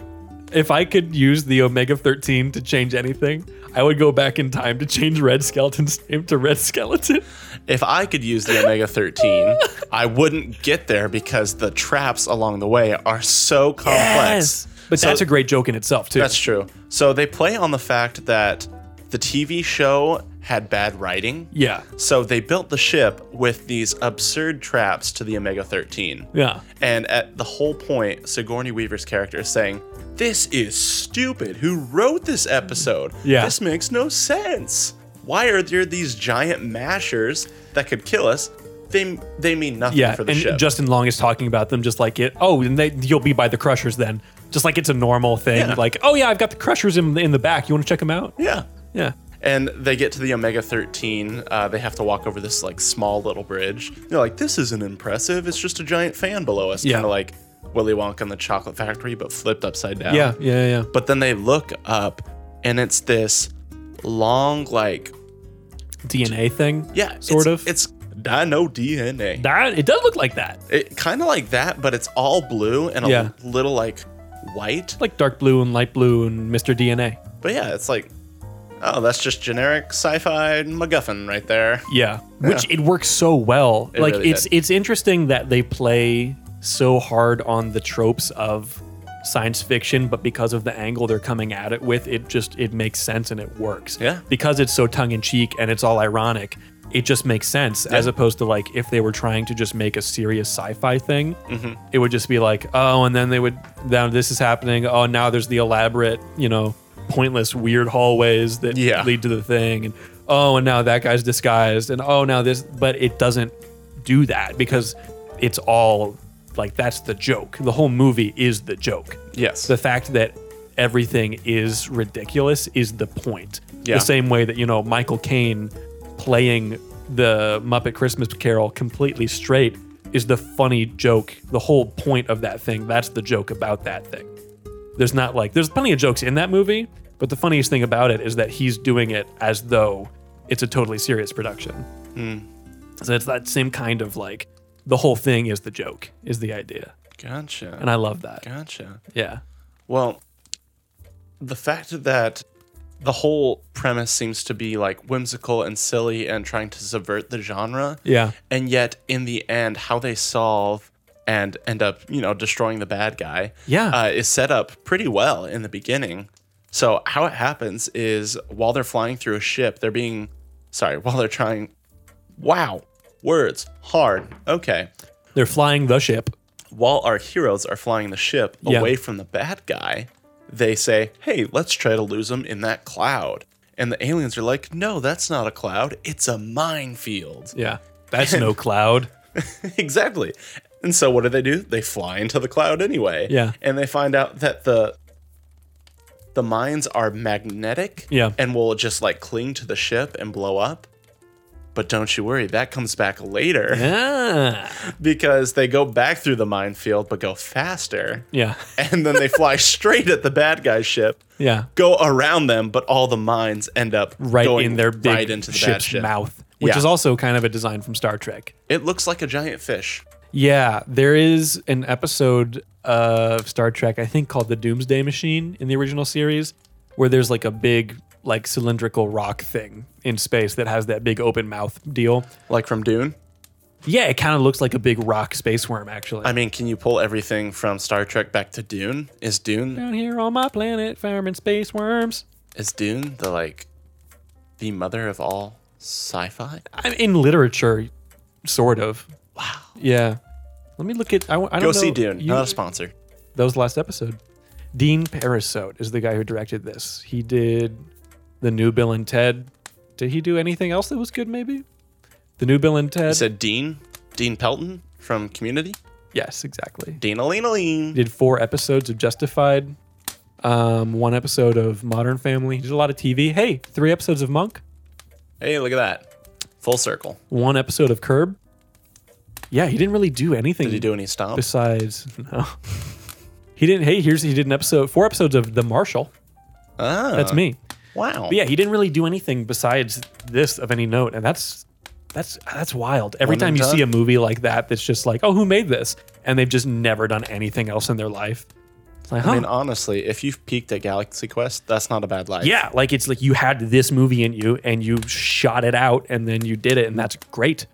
Speaker 2: if I could use the Omega 13 to change anything, I would go back in time to change Red Skeleton's name to Red Skeleton.
Speaker 1: If I could use the
Speaker 2: [LAUGHS]
Speaker 1: Omega 13, I wouldn't get there because the traps along the way are so complex.
Speaker 2: But
Speaker 1: So-
Speaker 2: that's a great joke in itself too.
Speaker 1: That's true. So they play on the fact that the TV show had bad writing.
Speaker 2: yeah.
Speaker 1: So they built the ship with these absurd traps to the Omega 13.
Speaker 2: Yeah.
Speaker 1: And at the whole point, Sigourney Weaver's character is saying, This is stupid. Who wrote this episode?
Speaker 2: Yeah.
Speaker 1: This makes no sense. Why are there these giant mashers that could kill us? They, they mean nothing
Speaker 2: Yeah,
Speaker 1: for the
Speaker 2: and
Speaker 1: ship.
Speaker 2: Justin Long is talking about them just like it. Oh, and they, you'll be by the Crushers then, just like it's a normal thing.
Speaker 1: Yeah.
Speaker 2: Like, oh yeah, I've got the Crushers in the, in the back. You want to check them out?
Speaker 1: yeah.
Speaker 2: Yeah,
Speaker 1: And they get to the Omega 13. Uh, they have to walk over this like small little bridge. They're like, this isn't impressive. It's just a giant fan below us.
Speaker 2: Yeah.
Speaker 1: Kind of like Willy Wonka and the Chocolate Factory, but flipped upside down.
Speaker 2: yeah, yeah, yeah.
Speaker 1: But then they look up and it's this long, like,
Speaker 2: DNA thing.
Speaker 1: yeah,
Speaker 2: sort
Speaker 1: it's-
Speaker 2: of.
Speaker 1: It's dino DNA.
Speaker 2: that it does look like that.
Speaker 1: It kind of like that, but it's all blue and a
Speaker 2: Yeah.
Speaker 1: little like white.
Speaker 2: like dark blue and light blue and Mr. DNA.
Speaker 1: But yeah, it's like, oh, that's just generic sci-fi MacGuffin right there.
Speaker 2: Yeah, which it works so well.
Speaker 1: It
Speaker 2: like
Speaker 1: really
Speaker 2: it's
Speaker 1: did.
Speaker 2: it's interesting that they play so hard on the tropes of science fiction, but because of the angle they're coming at it with, it just it makes sense and it works.
Speaker 1: Yeah.
Speaker 2: because it's so tongue in cheek and it's all ironic. It just makes sense as opposed to like if they were trying to just make a serious sci-fi thing,
Speaker 1: Mm-hmm.
Speaker 2: it would just be like, oh, and then they would now this is happening. Oh, now there's the elaborate, you know, pointless weird hallways that
Speaker 1: Yeah.
Speaker 2: lead to the thing and oh and now that guy's disguised and oh now this but it doesn't do that because it's all like that's the joke the whole movie is the joke
Speaker 1: Yes.
Speaker 2: the fact that everything is ridiculous is the point
Speaker 1: Yeah.
Speaker 2: the same way that you know michael caine playing the muppet christmas carol completely straight is the funny joke the whole point of that thing that's the joke about that thing there's not like there's plenty of jokes in that movie but the funniest thing about it is that he's doing it as though it's a totally serious production
Speaker 1: Hmm.
Speaker 2: so it's that same kind of like the whole thing is the joke is the idea
Speaker 1: Gotcha.
Speaker 2: and i love that
Speaker 1: gotcha.
Speaker 2: yeah
Speaker 1: Well, the fact that the whole premise seems to be like whimsical and silly and trying to subvert the genre.
Speaker 2: yeah
Speaker 1: And yet, in the end, how they solve and end up, you know, destroying the bad guy
Speaker 2: Yeah.
Speaker 1: uh, is set up pretty well in the beginning. So, how it happens is while they're flying through a ship, they're being, sorry, [LAUGHS] while they're trying, wow, words, hard, okay.
Speaker 2: they're flying the ship
Speaker 1: While our heroes are flying the ship
Speaker 2: Yeah.
Speaker 1: away from the bad guy, they say, hey, let's try to lose him in that cloud. And the aliens are like, no, that's not a cloud, it's a minefield.
Speaker 2: yeah that's
Speaker 1: [LAUGHS]
Speaker 2: no cloud
Speaker 1: exactly. And so what do they do? They fly into the cloud anyway.
Speaker 2: Yeah.
Speaker 1: And they find out that the the mines are magnetic
Speaker 2: Yeah.
Speaker 1: and will just like cling to the ship and blow up. But don't you worry, that comes back later
Speaker 2: yeah
Speaker 1: [LAUGHS] because they go back through the minefield but go faster.
Speaker 2: yeah
Speaker 1: [LAUGHS] And then
Speaker 2: [LAUGHS]
Speaker 1: they fly straight at the bad guy ship,
Speaker 2: yeah
Speaker 1: go around them, but all the mines end up
Speaker 2: right
Speaker 1: going
Speaker 2: in their big
Speaker 1: right into the bad
Speaker 2: ship's
Speaker 1: ship.
Speaker 2: mouth which
Speaker 1: Yeah.
Speaker 2: is also kind of a design from star trek
Speaker 1: It looks like a giant fish.
Speaker 2: Yeah, there is an episode of Star Trek, I think called the Doomsday Machine in the original series, where there's like a big, like cylindrical rock thing in space that has that big open mouth deal.
Speaker 1: Like from Dune.
Speaker 2: Yeah, it kind of looks like a big rock space worm, actually.
Speaker 1: I mean, can you pull everything from Star Trek back to Dune? Is Dune
Speaker 2: down here on my planet, farming space worms.
Speaker 1: is Dune the like the mother of all sci-fi?
Speaker 2: I'm in literature, sort of. Wow. Yeah. Let me look at. I, w- I
Speaker 1: Go
Speaker 2: don't know.
Speaker 1: see Dune.
Speaker 2: You-
Speaker 1: Not a sponsor.
Speaker 2: That was the last episode. Dean Parisot is the guy who directed this. He did the new Bill and Ted. Did he do anything else that was good? Maybe the new Bill and Ted.
Speaker 1: Is it Dean? Dean Pelton from Community?
Speaker 2: yes, exactly.
Speaker 1: Dean Alina
Speaker 2: He
Speaker 1: Lean.
Speaker 2: did four episodes of Justified, um, one episode of Modern Family. He did a lot of TV. Hey, three episodes of Monk,
Speaker 1: Hey, look at that. Full circle.
Speaker 2: one episode of Curb. Yeah, he didn't really do anything
Speaker 1: Did he do any stomp?
Speaker 2: besides no. [LAUGHS] He didn't. Hey, here's he did an episode, four episodes of The Marshal.
Speaker 1: Ah,
Speaker 2: That's me.
Speaker 1: Wow.
Speaker 2: But yeah, he didn't really do anything besides this of any note, and that's that's that's wild. Every
Speaker 1: One
Speaker 2: time
Speaker 1: and
Speaker 2: you
Speaker 1: done.
Speaker 2: see a movie like that, that's just like, oh, who made this? And they've just never done anything else in their life. It's like, huh?
Speaker 1: I mean, honestly, if you've peaked at Galaxy Quest, that's not a bad life.
Speaker 2: yeah, like it's like you had this movie in you and you shot it out and then you did it, and that's great.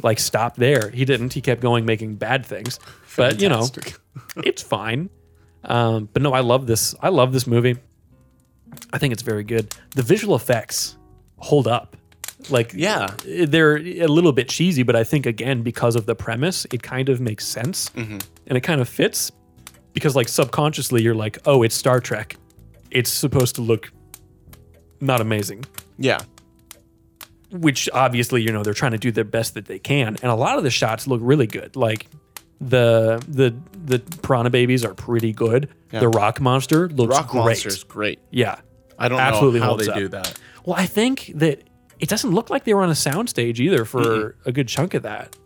Speaker 2: Like stop there. He didn't. He kept going making bad things, but you know
Speaker 1: Fantastic. [LAUGHS]
Speaker 2: it's fine. Um, but no, I love this. I love this movie. I think it's very good. The visual effects hold up. Like
Speaker 1: Yeah.
Speaker 2: they're a little bit cheesy, but I think again because of the premise, it kind of makes sense
Speaker 1: Mm-hmm.
Speaker 2: and it kind of fits because like subconsciously you're like, oh, it's Star Trek. It's supposed to look not amazing,
Speaker 1: yeah.
Speaker 2: which obviously you know they're trying to do their best that they can, and a lot of the shots look really good. Like the the the piranha babies are pretty good.
Speaker 1: Yeah.
Speaker 2: The rock monster looks
Speaker 1: Rock
Speaker 2: great.
Speaker 1: Monster's great.
Speaker 2: Yeah.
Speaker 1: I don't
Speaker 2: Absolutely
Speaker 1: know how
Speaker 2: holds
Speaker 1: they
Speaker 2: up.
Speaker 1: do that.
Speaker 2: Well, I think that it doesn't look like they were on a soundstage either for a good chunk of that.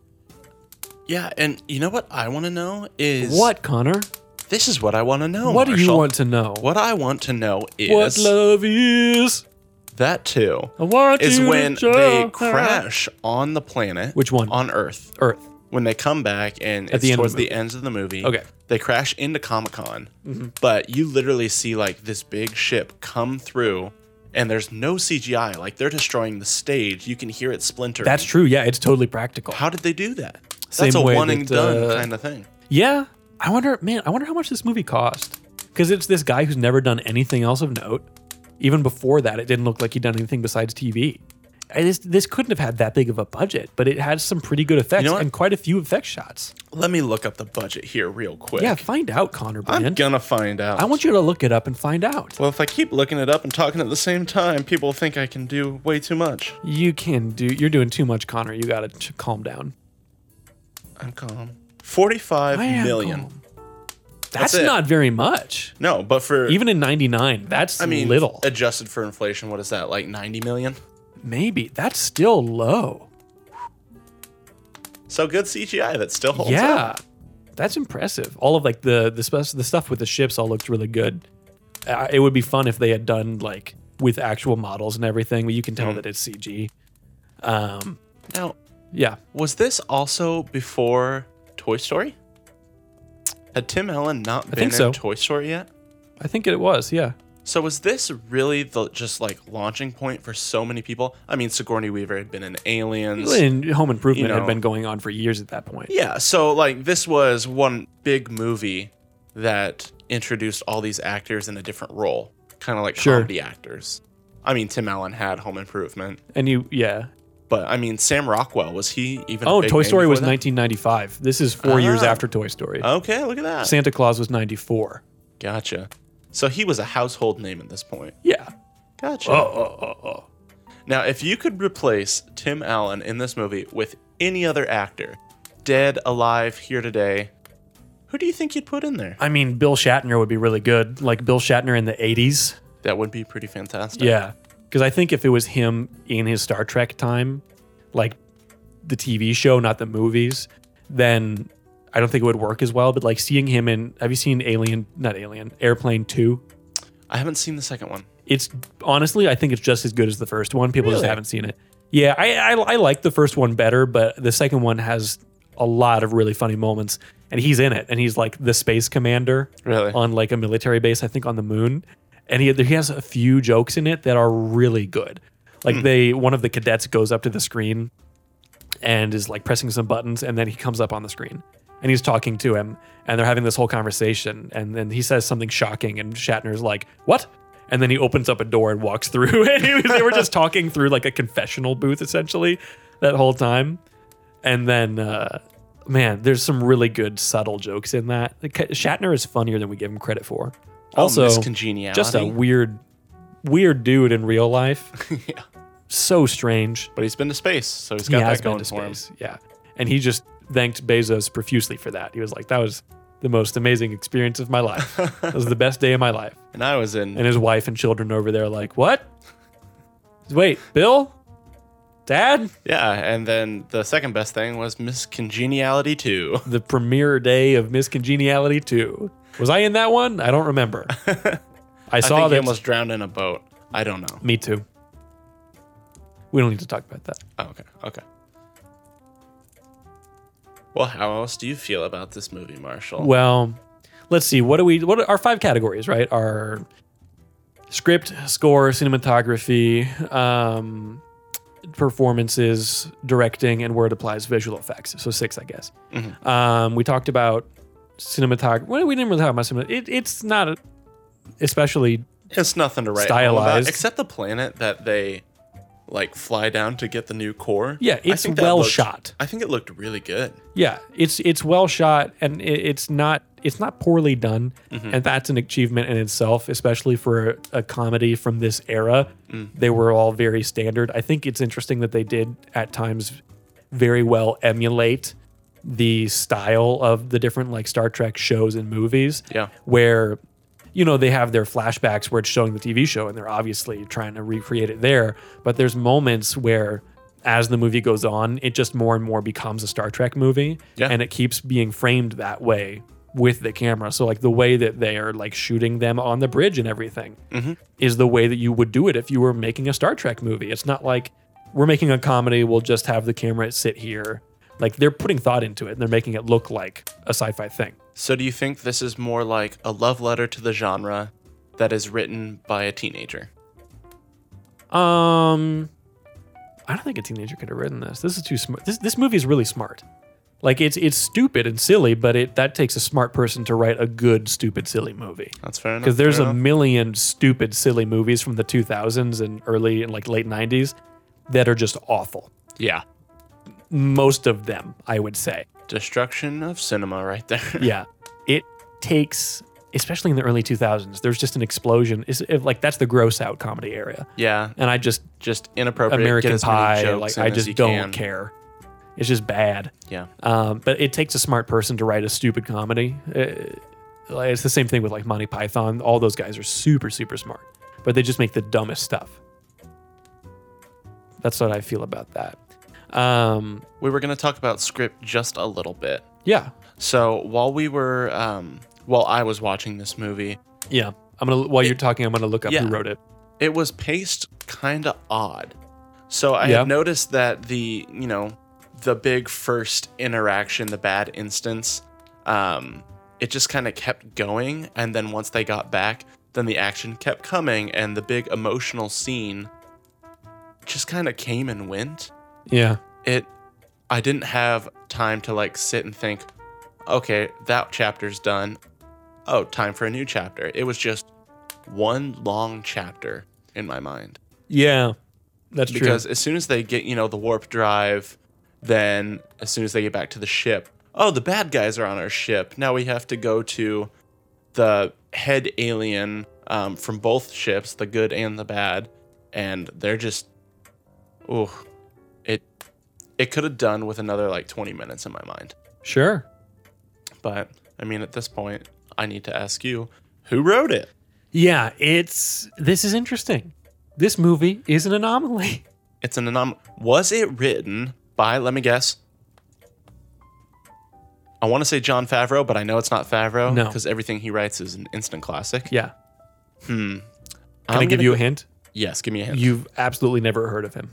Speaker 1: Yeah, and you know what I want to know is
Speaker 2: What, Connor?
Speaker 1: This is what I want to know.
Speaker 2: what do you
Speaker 1: Marshall.
Speaker 2: want to know?
Speaker 1: What I want to know is
Speaker 2: What love is?
Speaker 1: that too
Speaker 2: I want
Speaker 1: is
Speaker 2: you to
Speaker 1: when they
Speaker 2: show-
Speaker 1: crash on the planet.
Speaker 2: Which one?
Speaker 1: On Earth.
Speaker 2: Earth.
Speaker 1: When they come back and it's
Speaker 2: the end of
Speaker 1: towards
Speaker 2: the
Speaker 1: the ends of the movie.
Speaker 2: Okay. Mm-hmm.
Speaker 1: They crash into Comic Con, but you literally see like this big ship come through and there's no CGI. Like they're destroying the stage. You can hear it splinter.
Speaker 2: That's true. Yeah, it's totally practical.
Speaker 1: How did they do that?
Speaker 2: Same
Speaker 1: That's a
Speaker 2: way
Speaker 1: one and
Speaker 2: that,
Speaker 1: done
Speaker 2: uh,
Speaker 1: kind of thing.
Speaker 2: Yeah. I wonder, man, I wonder how much this movie cost. Because it's this guy who's never done anything else of note. Even before that, it didn't look like he'd done anything besides TV. And This, this couldn't have had that big of a budget, but it had some pretty good effects
Speaker 1: know what?
Speaker 2: and quite a few effect shots.
Speaker 1: Let me look up the budget here real quick.
Speaker 2: Yeah, find out, Connor
Speaker 1: I'm
Speaker 2: Brand.
Speaker 1: gonna find out.
Speaker 2: I want you to look it up and find out.
Speaker 1: Well, if I keep looking it up and talking at the same time, people will think I can do way too much.
Speaker 2: You can do. You're doing too much, Connor. You gotta ch- calm down.
Speaker 1: I'm calm. Forty-five
Speaker 2: I am
Speaker 1: million.
Speaker 2: calm. That's,
Speaker 1: That's it.
Speaker 2: not very much.
Speaker 1: No, but for
Speaker 2: Even in '99, that's
Speaker 1: I mean,
Speaker 2: little.
Speaker 1: adjusted for inflation, what is that? Like ninety million?
Speaker 2: Maybe that's still low.
Speaker 1: So good CGI that still holds
Speaker 2: yeah,
Speaker 1: up.
Speaker 2: that's impressive. All of like the the spe- the stuff with the ships all looked really good. Uh, it would be fun if they had done like with actual models and everything, but you can tell
Speaker 1: Hmm.
Speaker 2: that it's CG. Um,
Speaker 1: Now,
Speaker 2: yeah,
Speaker 1: was this also before Toy Story? Had Tim Allen not been in
Speaker 2: think so.
Speaker 1: Toy Story yet?
Speaker 2: I think it was. Yeah,
Speaker 1: So was this really the just like launching point for so many people? I mean, Sigourney Weaver had been in Aliens.
Speaker 2: and Home Improvement
Speaker 1: know.
Speaker 2: had been going on for years at that point.
Speaker 1: Yeah, so like this was one big movie that introduced all these actors in a different role, kind of like
Speaker 2: Sure.
Speaker 1: comedy actors. I mean, Tim Allen had Home Improvement,
Speaker 2: And you, yeah,
Speaker 1: but I mean, Sam Rockwell was he even? a
Speaker 2: Oh,
Speaker 1: big
Speaker 2: Toy
Speaker 1: name
Speaker 2: Story
Speaker 1: before
Speaker 2: was
Speaker 1: that?
Speaker 2: 1995. This is four years
Speaker 1: Ah.
Speaker 2: after Toy Story.
Speaker 1: Okay, look at that.
Speaker 2: Santa Claus was 94.
Speaker 1: gotcha. So he was a household name at this point.
Speaker 2: Yeah.
Speaker 1: Gotcha.
Speaker 2: Oh,
Speaker 1: Now, if you could replace Tim Allen in this movie with any other actor, dead, alive, here today, who do you think you'd put in there?
Speaker 2: I mean, Bill Shatner would be really good. Like Bill Shatner in the 80s.
Speaker 1: That would be pretty fantastic.
Speaker 2: Yeah. Because I think if it was him in his Star Trek time, like the TV show, not the movies, then I don't think it would work as well. But like seeing him in, have you seen Alien, not Alien, Airplane 2?
Speaker 1: I haven't seen the second one.
Speaker 2: It's honestly, I think it's just as good as the first one. People just
Speaker 1: Really?
Speaker 2: haven't seen it. Yeah, I, I I like the first one better, but the second one has a lot of really funny moments, and he's in it, and he's like the space commander
Speaker 1: Really?
Speaker 2: on like a military base, I think on the moon, and he he has a few jokes in it that are really good. Like
Speaker 1: Hmm.
Speaker 2: they one of the cadets goes up to the screen and is like pressing some buttons, and then he comes up on the screen and he's talking to him, and they're having this whole conversation, and then he says something shocking, and Shatner's like, "What?" And then he opens up a door and walks [LAUGHS] through, and he was, they were just talking through like a confessional booth essentially that whole time, and then. uh Man, there's some really good subtle jokes in that. Like, Shatner is funnier than we give him credit for. Also,
Speaker 1: Oh, congeniality.
Speaker 2: just a weird, weird dude in real life.
Speaker 1: Yeah.
Speaker 2: So strange.
Speaker 1: but he's been to space, so he's got
Speaker 2: has
Speaker 1: that
Speaker 2: been
Speaker 1: going
Speaker 2: to
Speaker 1: for him.
Speaker 2: space. Yeah. And he just thanked Bezos profusely for that. He was like, that was the most amazing experience of my life. that
Speaker 1: [LAUGHS]
Speaker 2: was the best day of my life.
Speaker 1: And I was in.
Speaker 2: And his wife and children over there are like, what? Wait, Bill? Dad?
Speaker 1: yeah, and then the second best thing was Miss Congeniality too.
Speaker 2: The premiere day of Miss Congeniality 2. Was I in that one? I don't
Speaker 1: [LAUGHS]
Speaker 2: remember. I
Speaker 1: [LAUGHS] I
Speaker 2: saw that.
Speaker 1: think he almost drowned in a boat. I don't know.
Speaker 2: Me too. We don't need to talk about that.
Speaker 1: Oh, okay. Okay. Well, how else do you feel about this movie, Marshall?
Speaker 2: Well, let's see. What do we? What are our five categories? Right? Our script, score, cinematography, um, performances, directing, and where it applies visual effects. So six, I guess.
Speaker 1: Mhm.
Speaker 2: Um, we talked about cinematography. Well, we didn't really talk about cinema. It, it's not a- especially
Speaker 1: it's nothing to write home about,
Speaker 2: Stylized.
Speaker 1: except the planet that they like fly down to get the new core.
Speaker 2: yeah.
Speaker 1: I
Speaker 2: It's
Speaker 1: think that
Speaker 2: well
Speaker 1: looked-
Speaker 2: shot.
Speaker 1: I think it looked really good.
Speaker 2: Yeah, it's it's well shot and it, it's not it's not poorly done, and that's an achievement in itself, especially for a comedy from this era. They were all very standard. I think it's interesting that they did at times very well emulate the style of the different like Star Trek shows and movies
Speaker 1: Yeah.
Speaker 2: where you know they have their flashbacks where it's showing the TV show and they're obviously trying to recreate it there but there's moments where as the movie goes on it just more and more becomes a Star Trek movie
Speaker 1: Yeah.
Speaker 2: and it keeps being framed that way with the camera so like the way that they are like shooting them on the bridge and everything is the way that you would do it if you were making a Star Trek movie it's not like we're making a comedy we'll just have the camera sit here like they're putting thought into it and they're making it look like a sci-fi thing
Speaker 1: So, do you think this is more like a love letter to the genre that is written by a teenager?
Speaker 2: Um, I don't think a teenager could have written this. This is too smart. This this movie is really smart. Like it's it's stupid and silly, but it that takes a smart person to write a good stupid silly movie.
Speaker 1: That's fair enough.
Speaker 2: Because there's
Speaker 1: fair
Speaker 2: a
Speaker 1: enough.
Speaker 2: million stupid silly movies from the 2000s and early and like late 90s that are just awful.
Speaker 1: yeah
Speaker 2: Most of them, I would say.
Speaker 1: destruction of cinema right there. [LAUGHS]
Speaker 2: yeah it takes especially in the early 2000s there's just an explosion it's, it, like that's the gross out comedy area
Speaker 1: yeah,
Speaker 2: and i just
Speaker 1: just inappropriate. get
Speaker 2: American
Speaker 1: as many
Speaker 2: Pie.
Speaker 1: jokes
Speaker 2: Like
Speaker 1: in
Speaker 2: I
Speaker 1: as
Speaker 2: just
Speaker 1: you
Speaker 2: don't
Speaker 1: can.
Speaker 2: care. It's just bad.
Speaker 1: Yeah,
Speaker 2: Um, but it takes a smart person to write a stupid comedy. Uh, like, it's the same thing with like Monty Python. All those guys are super super smart, but they just make the dumbest stuff. That's what I feel about that. Um,
Speaker 1: we were gonna talk about script just a little bit.
Speaker 2: yeah,
Speaker 1: So while we were, um, while I was watching this movie,
Speaker 2: yeah. I'm gonna while you're talking, I'm gonna look up
Speaker 1: Yeah.
Speaker 2: who wrote it.
Speaker 1: it was paced kind of odd. So I
Speaker 2: Yeah.
Speaker 1: had noticed that the, you know, the big first interaction, the bad instance, um, it just kind of kept going. And then once they got back, then the action kept coming and the big emotional scene just kind of came and went.
Speaker 2: Yeah,
Speaker 1: It, I didn't have time to like sit and think, okay, that chapter's done. Oh, time for a new chapter. It was just one long chapter in my mind
Speaker 2: yeah. That's
Speaker 1: because
Speaker 2: true.
Speaker 1: as soon as they get you know the warp drive then as soon as they get back to the ship oh the bad guys are on our ship now we have to go to the head alien um, from both ships the good and the bad and they're just oh it it could have done with another like 20 minutes in my mind
Speaker 2: Sure.
Speaker 1: but i mean at this point i need to ask you who wrote it
Speaker 2: Yeah, it's this is interesting. This movie is an anomaly. [LAUGHS]
Speaker 1: it's an anom was it written by let me guess i want to say john favreau but i know it's not favreau
Speaker 2: No.
Speaker 1: because everything he writes is an instant classic
Speaker 2: Yeah.
Speaker 1: I'm
Speaker 2: Can i give
Speaker 1: gonna
Speaker 2: you a
Speaker 1: go-
Speaker 2: hint?
Speaker 1: yes give me a hint
Speaker 2: You've absolutely never heard of him.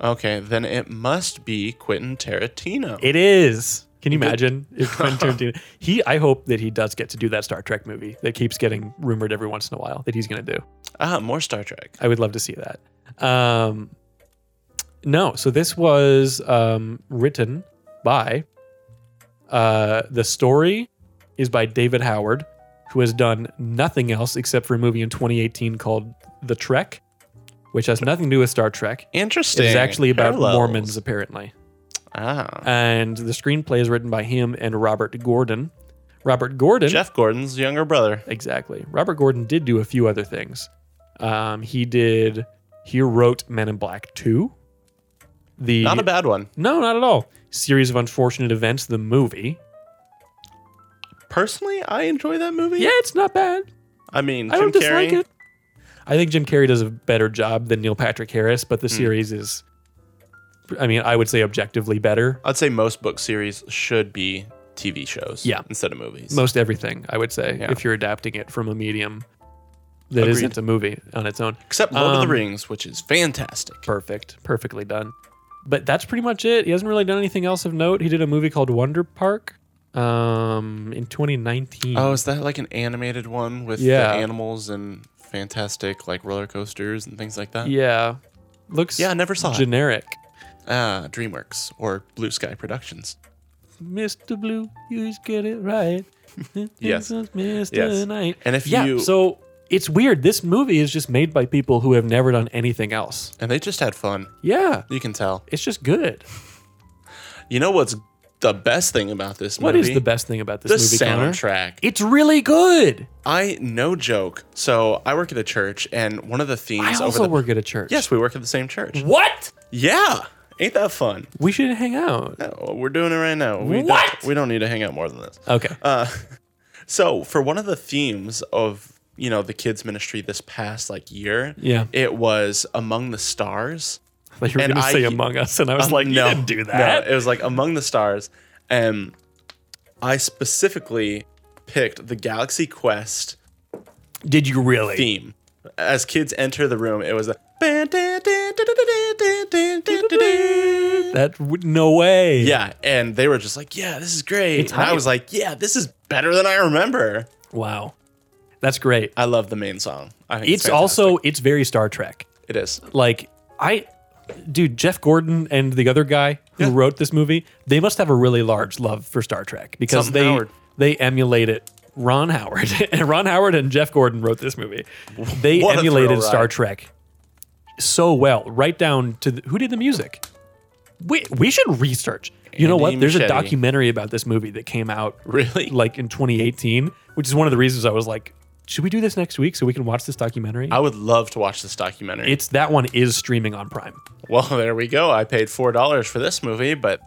Speaker 1: okay then it must be quentin tarantino
Speaker 2: It is. Can you imagine if [LAUGHS] Quentin Tarantino? He, I hope that he does get to do that Star Trek movie that keeps getting rumored every once in a while that he's going to do.
Speaker 1: ah more star trek
Speaker 2: I would love to see that. Um, no, so this was um, written by. Uh, the story is by David Howard, who has done nothing else except for a movie in 2018 called The Trek, which has nothing to do with Star Trek.
Speaker 1: interesting
Speaker 2: It's actually about
Speaker 1: Parallels.
Speaker 2: Mormons, apparently
Speaker 1: ah
Speaker 2: and the screenplay is written by him and Robert Gordon. Robert Gordon,
Speaker 1: jeff gordon's younger brother
Speaker 2: exactly. Robert Gordon did do a few other things. Um, he did. He wrote Men in Black Two. The
Speaker 1: not a bad one
Speaker 2: no, not at all. Series of unfortunate events. The movie.
Speaker 1: personally i enjoy that movie
Speaker 2: Yeah, it's not bad.
Speaker 1: i mean
Speaker 2: I
Speaker 1: jim
Speaker 2: don't
Speaker 1: carrey
Speaker 2: dislike it. I think Jim Carrey does a better job than Neil Patrick Harris, but the
Speaker 1: Hmm.
Speaker 2: series is. I mean, I would say objectively better.
Speaker 1: i'd say most book series should be TV shows
Speaker 2: Yeah.
Speaker 1: instead of movies.
Speaker 2: most everything, I would say,
Speaker 1: Yeah.
Speaker 2: if you're adapting it from a medium that
Speaker 1: Agreed.
Speaker 2: not a movie on its own.
Speaker 1: Except Lord of
Speaker 2: Um,
Speaker 1: the Rings, which is fantastic.
Speaker 2: Perfect, perfectly done. But that's pretty much it. He hasn't really done anything else of note. He did a movie called Wonder Park um, in 2019.
Speaker 1: Oh, is that like an animated one with
Speaker 2: Yeah.
Speaker 1: the animals and fantastic like roller coasters and things like that?
Speaker 2: yeah, looks
Speaker 1: Yeah, I never saw it.
Speaker 2: generic.
Speaker 1: Ah, DreamWorks or Blue Sky Productions.
Speaker 2: Mr. Blue, you just get it right.
Speaker 1: [LAUGHS] Yes.
Speaker 2: Mr.
Speaker 1: Yes.
Speaker 2: Night.
Speaker 1: And if
Speaker 2: yeah,
Speaker 1: you-
Speaker 2: so it's weird. This movie is just made by people who have never done anything else.
Speaker 1: And they just had fun.
Speaker 2: Yeah,
Speaker 1: You can tell.
Speaker 2: it's just good.
Speaker 1: You know what's the best thing about this movie?
Speaker 2: What is the best thing about this
Speaker 1: The
Speaker 2: movie? Connor?
Speaker 1: soundtrack.
Speaker 2: It's really good.
Speaker 1: I no joke. So I work at a church, and one of the themes
Speaker 2: I
Speaker 1: over
Speaker 2: also
Speaker 1: the
Speaker 2: work at Mm. a church.
Speaker 1: yes, we work at the same church.
Speaker 2: What?
Speaker 1: Yeah, ain't that fun?
Speaker 2: We should hang out.
Speaker 1: Oh, we're doing it right now. We
Speaker 2: What?
Speaker 1: Don't, we don't need to hang out more than this.
Speaker 2: Okay.
Speaker 1: So for one of the themes of you know the kids ministry this past like year,
Speaker 2: Yeah.
Speaker 1: it was among the stars.
Speaker 2: I thought you were
Speaker 1: and
Speaker 2: going to
Speaker 1: I-
Speaker 2: say Among Us, and I was [LAUGHS] like, no, didn't do that.
Speaker 1: No, it was like among the stars, and I specifically picked the Galaxy Quest
Speaker 2: Did you really?
Speaker 1: theme. As kids enter the room, it was a
Speaker 2: That would no way.
Speaker 1: yeah, and they were just like, "Yeah, this is great."
Speaker 2: It's
Speaker 1: and I
Speaker 2: hype.
Speaker 1: was like, "Yeah, this is better than I remember."
Speaker 2: Wow. That's great.
Speaker 1: I love the main song. I think
Speaker 2: It's
Speaker 1: Uh, fantastic.
Speaker 2: also it's very Star Trek.
Speaker 1: it is.
Speaker 2: Like I, dude, Jeff Gordon and the other guy who wrote this movie, they must have a really large love for Star Trek because
Speaker 1: Something
Speaker 2: they
Speaker 1: Howard.
Speaker 2: they emulate it. Ron Howard [LAUGHS] and Ron Howard and Jeff Gordon wrote this movie. They
Speaker 1: What a thrill
Speaker 2: emulated
Speaker 1: ride.
Speaker 2: Star Trek so well, right down to the, who did the music. We we should research. You know
Speaker 1: Andy
Speaker 2: what? There's a
Speaker 1: Muschietti.
Speaker 2: documentary about this movie that came out
Speaker 1: Really?
Speaker 2: like in 2018, which is one of the reasons I was like, should we do this next week so we can watch this documentary?
Speaker 1: I would love to watch this documentary.
Speaker 2: It's that one is streaming on Prime.
Speaker 1: well, there we go. I paid four dollars for this movie, but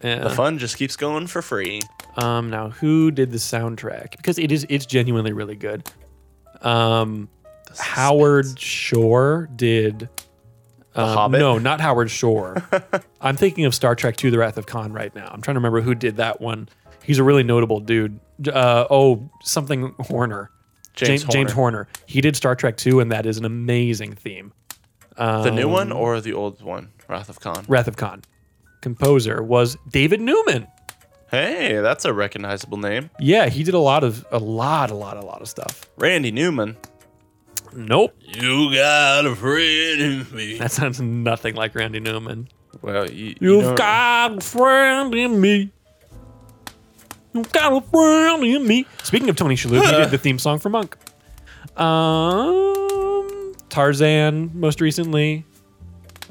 Speaker 1: the
Speaker 2: Yeah.
Speaker 1: fun just keeps going for free.
Speaker 2: Uh, Um, now who did the soundtrack? Because it is it's genuinely really good. Um, Howard Shore did. um,
Speaker 1: Hobbit?
Speaker 2: No, not Howard
Speaker 1: [LAUGHS]
Speaker 2: Shore. I'm thinking of Star Trek II: The Wrath of Khan right now. I'm trying to remember who did that one. He's a really notable dude. Uh, oh, something Horner.
Speaker 1: James
Speaker 2: James, James
Speaker 1: Horner.
Speaker 2: Horner. He did Star Trek II, and that is an amazing theme.
Speaker 1: the new one or the old one? Wrath of Khan.
Speaker 2: Wrath of Khan. Composer was David Newman.
Speaker 1: Hey, that's a recognizable name.
Speaker 2: Yeah, he did a lot of a lot, a lot, a lot of stuff.
Speaker 1: Randy Newman.
Speaker 2: Nope.
Speaker 1: You got a friend in me.
Speaker 2: That sounds nothing like Randy Newman.
Speaker 1: Well, you,
Speaker 2: You've
Speaker 1: know-
Speaker 2: got a friend in me. You've got a friend in me. Speaking of Tony Shalhoub, he
Speaker 1: [LAUGHS]
Speaker 2: did the theme song for Monk. Um, Tarzan, most recently.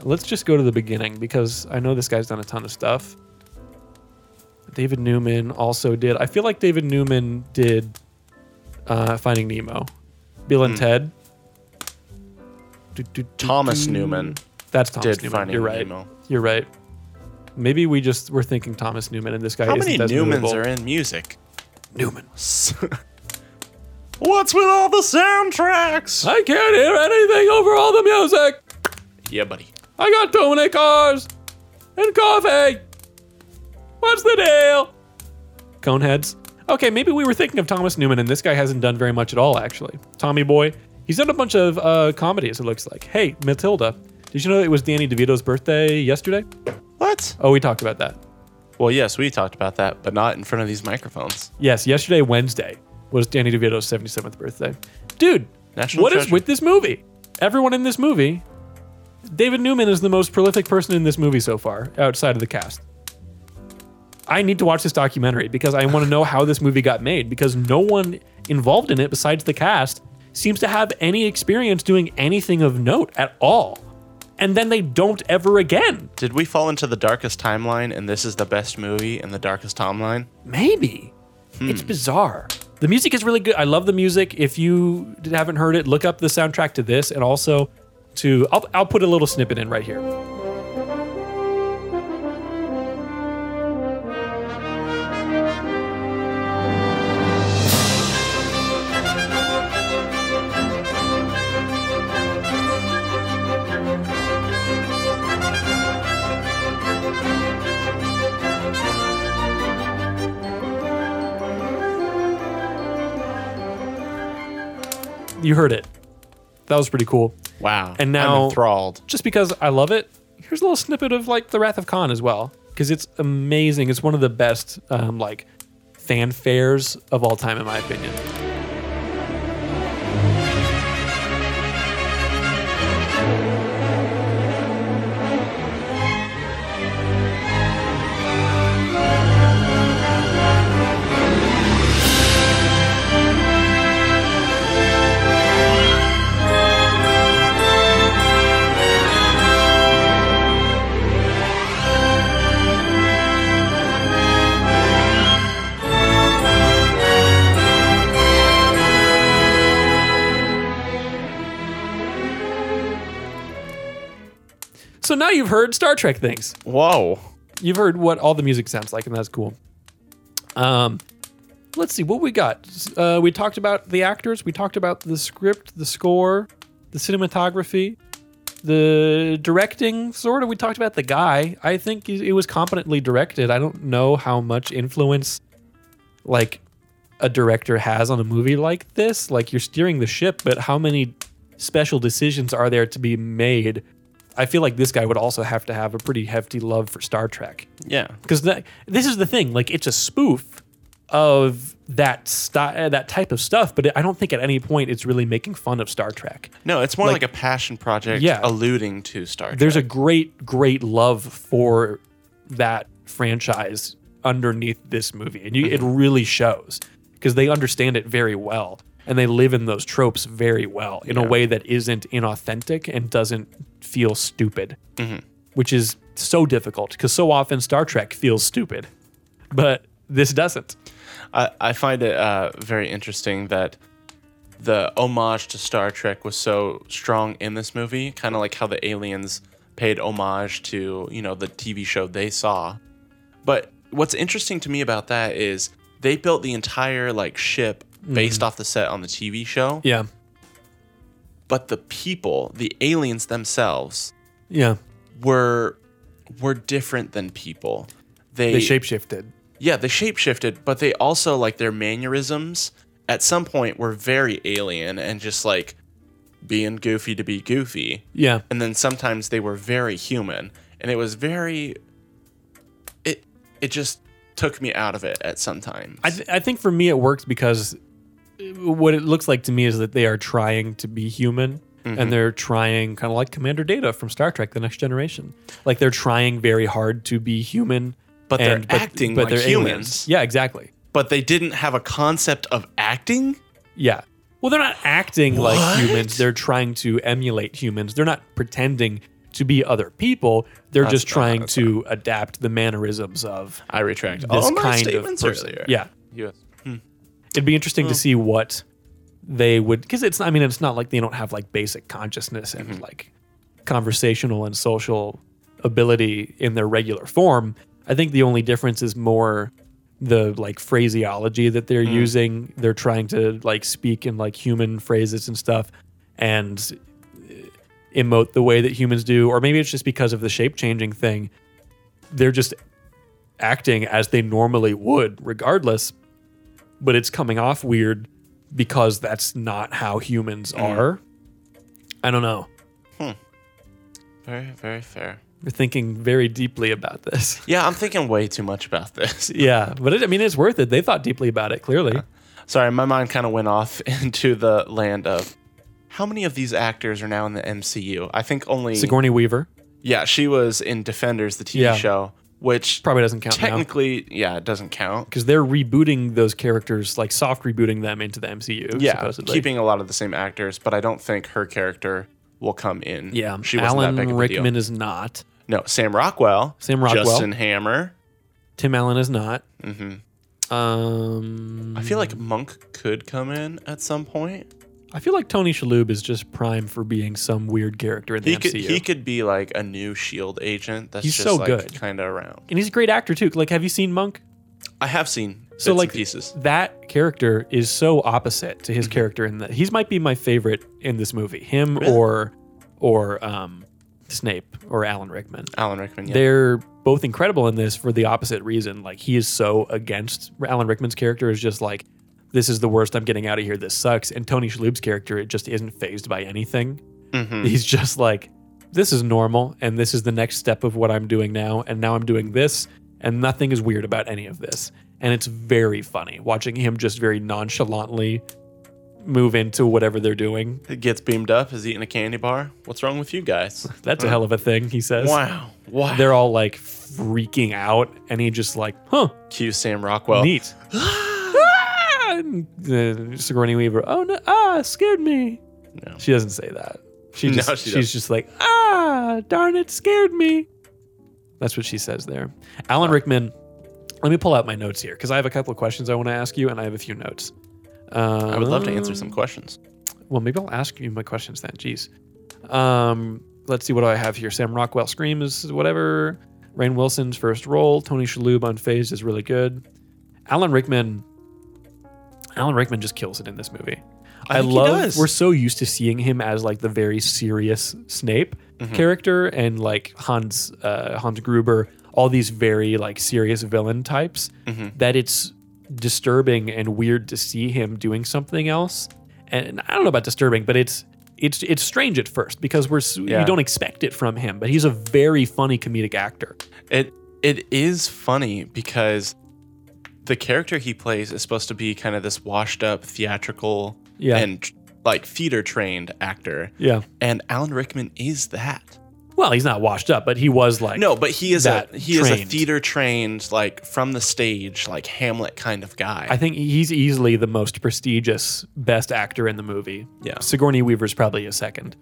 Speaker 2: Let's just go to the beginning because I know this guy's done a ton of stuff. David Newman also did. I feel like David Newman did uh, Finding Nemo, Bill
Speaker 1: Hmm.
Speaker 2: and Ted. Do, do, do,
Speaker 1: Thomas
Speaker 2: do.
Speaker 1: Newman.
Speaker 2: That's Thomas
Speaker 1: did
Speaker 2: Newman.
Speaker 1: Finding
Speaker 2: You're right.
Speaker 1: Nemo.
Speaker 2: You're right. Maybe we just were thinking Thomas Newman, and this guy.
Speaker 1: How
Speaker 2: isn't
Speaker 1: many
Speaker 2: as
Speaker 1: Newmans
Speaker 2: movable.
Speaker 1: are in music?
Speaker 2: Newman?
Speaker 1: [LAUGHS] What's with all the soundtracks?
Speaker 2: I can't hear anything over all the music.
Speaker 1: Yeah, buddy.
Speaker 2: I got too many cars and coffee. What's the deal? Coneheads. Okay, maybe we were thinking of Thomas Newman, and this guy hasn't done very much at all, actually. Tommy Boy. He's done a bunch of uh, comedies, it looks like. Hey, Matilda. Did you know it was Danny DeVito's birthday yesterday?
Speaker 1: What?
Speaker 2: Oh, we talked about that.
Speaker 1: Well, yes, we talked about that, but not in front of these microphones.
Speaker 2: Yes, yesterday, Wednesday, was Danny DeVito's 77th birthday. Dude, what is
Speaker 1: National treasure.
Speaker 2: with this movie? Everyone in this movie, David Newman is the most prolific person in this movie so far, outside of the cast. I need to watch this documentary because I want to know how this movie got made because no one involved in it besides the cast seems to have any experience doing anything of note at all. And then they don't ever again.
Speaker 1: Did we fall into the darkest timeline and this is the best movie in the darkest timeline?
Speaker 2: Maybe. It's bizarre. The music is really good. I love the music. If you d- haven't heard it, look up the soundtrack to this and also to. I'll, I'll put a little snippet in right here. You heard it. That was pretty cool.
Speaker 1: Wow.
Speaker 2: And now-
Speaker 1: I'm enthralled.
Speaker 2: Just because I love it, here's a little snippet of like The Wrath of Khan as well, because it's amazing. It's one of the best um, like fanfares of all time, in my opinion. So now you've heard Star Trek things.
Speaker 1: Whoa.
Speaker 2: You've heard what all the music sounds like, and that's cool. Um, let's see what we got. Uh, we talked about the actors. We talked about the script, the score, the cinematography, the directing. Sort of. We talked about the guy. I think it it was competently directed. I don't know how much influence, like, a director has on a movie like this. Like you're steering the ship, but how many special decisions are there to be made? I feel like this guy would also have to have a pretty hefty love for Star Trek
Speaker 1: Yeah.
Speaker 2: because this is the thing like it's a spoof of that sty- uh, that type of stuff but i don't think at any point it's really making fun of star trek
Speaker 1: No, it's more like,
Speaker 2: Like-
Speaker 1: a passion project
Speaker 2: Yeah.
Speaker 1: alluding to Star Trek.
Speaker 2: there's a great great love for that franchise underneath this movie and you, it really shows because they understand it very well and they live in those tropes very well in a way that isn't inauthentic and doesn't feel stupid which is so difficult because so often star trek feels stupid but this doesn't
Speaker 1: I, I find it uh, very interesting that the homage to Star Trek was so strong in this movie, kind of like how the aliens paid homage to, you know, the TV show they saw. But what's interesting to me about that is they built the entire like ship
Speaker 2: Mm-hmm.
Speaker 1: based off the set on the TV show,
Speaker 2: yeah
Speaker 1: but the people, the aliens themselves
Speaker 2: yeah
Speaker 1: were were different than people.
Speaker 2: they shapeshifted
Speaker 1: Yeah, they shapeshifted, but they also like their mannerisms at some point were very alien and just like being goofy to be goofy.
Speaker 2: yeah
Speaker 1: And then sometimes they were very human, and it was very it it just took me out of it at some times.
Speaker 2: I, th- I think for me it works because uh, what it looks like to me is that they are trying to be human
Speaker 1: Mm-hmm.
Speaker 2: and they're trying kind of like commander data from star trek the next generation like they're trying very hard to be human
Speaker 1: But they're acting like humans.
Speaker 2: yeah exactly
Speaker 1: but they didn't have a concept of acting?
Speaker 2: yeah well they're not acting
Speaker 1: What?
Speaker 2: like humans they're trying to emulate humans they're not pretending to be other people they're just
Speaker 1: not-
Speaker 2: trying to adapt the mannerisms of
Speaker 1: I retract
Speaker 2: this
Speaker 1: all my
Speaker 2: kind of
Speaker 1: statements
Speaker 2: person.
Speaker 1: earlier. Hmm.
Speaker 2: yeah
Speaker 1: Yes.
Speaker 2: It'd be interesting to see what they would because it's I mean it's not like they don't have like basic consciousness and
Speaker 1: Mm-hmm.
Speaker 2: like conversational and social ability in their regular form. I think the only difference is more the like phraseology that
Speaker 1: Mm.
Speaker 2: they're using. They're trying to like speak in like human phrases and stuff and uh, emote the way that humans do or maybe it's just because of the shape changing thing. They're just acting as they normally would regardless but it's coming off weird because that's not how humans
Speaker 1: Mm.
Speaker 2: are. I don't know.
Speaker 1: Very, very fair.
Speaker 2: We're thinking very deeply about this. [LAUGHS]
Speaker 1: Yeah, I'm thinking way too much about this. [LAUGHS]
Speaker 2: Yeah, but it, I mean, it's worth it. They thought deeply about it, clearly.
Speaker 1: Sorry, my mind kind of went off [LAUGHS] into the land of how many of these actors are now in the MCU? I think only
Speaker 2: Sigourney Weaver
Speaker 1: yeah, she was in Defenders, the TV
Speaker 2: Yeah.
Speaker 1: show, which
Speaker 2: probably doesn't count now
Speaker 1: technically yeah, it doesn't count.
Speaker 2: because they're rebooting those characters, like soft rebooting them into the MCU.
Speaker 1: Yeah,
Speaker 2: supposedly.
Speaker 1: keeping a lot of the same actors, but I don't think her character will come in.
Speaker 2: yeah.
Speaker 1: she wasn't
Speaker 2: Alan
Speaker 1: that big of a deal.
Speaker 2: Rickman is not.
Speaker 1: No, Sam Rockwell,
Speaker 2: Sam Rockwell.
Speaker 1: Justin Hammer.
Speaker 2: Tim Allen is not.
Speaker 1: Mhm.
Speaker 2: Um,
Speaker 1: I feel like Monk could come in at some point.
Speaker 2: I feel like Tony Shalhoub is just prime for being some weird character in the
Speaker 1: He
Speaker 2: MCU.
Speaker 1: could he could be like a new Shield E agent. That's
Speaker 2: He's
Speaker 1: just
Speaker 2: so
Speaker 1: like
Speaker 2: good.
Speaker 1: kind of around.
Speaker 2: and he's a great actor too. Like, have you seen Monk?
Speaker 1: I have seen
Speaker 2: So,
Speaker 1: so
Speaker 2: like,
Speaker 1: like pieces.
Speaker 2: that character is so opposite to
Speaker 1: Mhm.
Speaker 2: his character in that he's might be my favorite in this movie him
Speaker 1: Really?
Speaker 2: or or um snape or alan rickman
Speaker 1: Alan Rickman. Yeah.
Speaker 2: they're both incredible in this for the opposite reason like he is so against alan rickman's character is just like this is the worst. I'm getting out of here. This sucks. And Tony Shalhoub's character, it just isn't phased by anything.
Speaker 1: Mhm.
Speaker 2: He's just like, this is normal, and this is the next step of what I'm doing now, and now I'm doing this, and nothing is weird about any of this. And it's very funny watching him just very nonchalantly move into whatever they're doing.
Speaker 1: It gets beamed up, is eating a candy bar. What's wrong with
Speaker 2: [LAUGHS]
Speaker 1: you guys?
Speaker 2: That's a hell of a thing, he says.
Speaker 1: Wow. Wow.
Speaker 2: They're all like freaking out, and he just like, huh,
Speaker 1: Cue Sam Rockwell.
Speaker 2: neat. Ah, [GASPS] and, uh, Sigourney Weaver, oh no, ah, scared me.
Speaker 1: No.
Speaker 2: She doesn't say that. She
Speaker 1: [LAUGHS] No,
Speaker 2: just,
Speaker 1: she
Speaker 2: she's just like, ah, darn it, scared me. That's what she says there. Alan Rickman, let me pull out my notes here because I have a couple of questions I want to ask you, and I have a few notes. Um,
Speaker 1: I would love to answer some questions.
Speaker 2: Well, maybe I'll ask you my questions then. Jeez. Um, let's see what do I have here. Sam Rockwell screams whatever. Rain Wilson's first role. Tony Shalhoub on Phased is really good. Alan Rickman. Alan Rickman just kills it in this movie. I,
Speaker 1: think he
Speaker 2: love.
Speaker 1: does.
Speaker 2: We're so used to seeing him as like the very serious Snape
Speaker 1: Mm-hmm.
Speaker 2: character and like Hans uh, Hans Gruber, all these very like serious villain types.
Speaker 1: Mm-hmm.
Speaker 2: That it's disturbing and weird to see him doing something else. And I don't know about disturbing, but it's it's it's strange at first because we're s
Speaker 1: Yeah.
Speaker 2: you don't expect it from him, but he's a very funny comedic actor.
Speaker 1: It it is funny because the character he plays is supposed to be kind of this washed up theatrical
Speaker 2: Yeah.
Speaker 1: and like theater trained actor.
Speaker 2: Yeah.
Speaker 1: And Alan Rickman is that.
Speaker 2: Well, he's not washed up, but he was like
Speaker 1: No, but he is
Speaker 2: That
Speaker 1: a he is a
Speaker 2: trained.
Speaker 1: theater trained like from the stage like Hamlet kind of guy.
Speaker 2: I think he's easily the most prestigious best actor in the movie.
Speaker 1: Yeah.
Speaker 2: Sigourney Weaver's probably a second.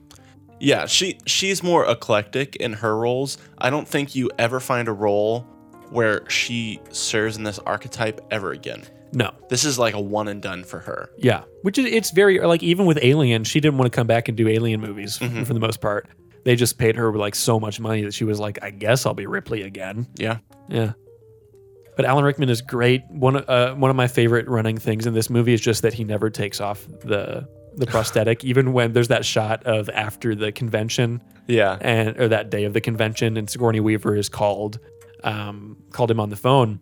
Speaker 1: Yeah, she she's more eclectic in her roles. I don't think you ever find a role where she serves in this archetype ever again.
Speaker 2: No.
Speaker 1: This is like a one and done for her.
Speaker 2: Yeah, which is it's very like even with Alien, she didn't want to come back and do Alien movies f-
Speaker 1: Mm-hmm.
Speaker 2: for the most part. They just paid her like so much money that she was like, I guess I'll be Ripley again.
Speaker 1: Yeah.
Speaker 2: Yeah. But Alan Rickman is great. One of- uh, one of my favorite running things in this movie is just that he never takes off the the prosthetic, even when there's that shot of after the convention
Speaker 1: Yeah.
Speaker 2: and or that day of the convention, and Sigourney Weaver is called, um, called him on the phone,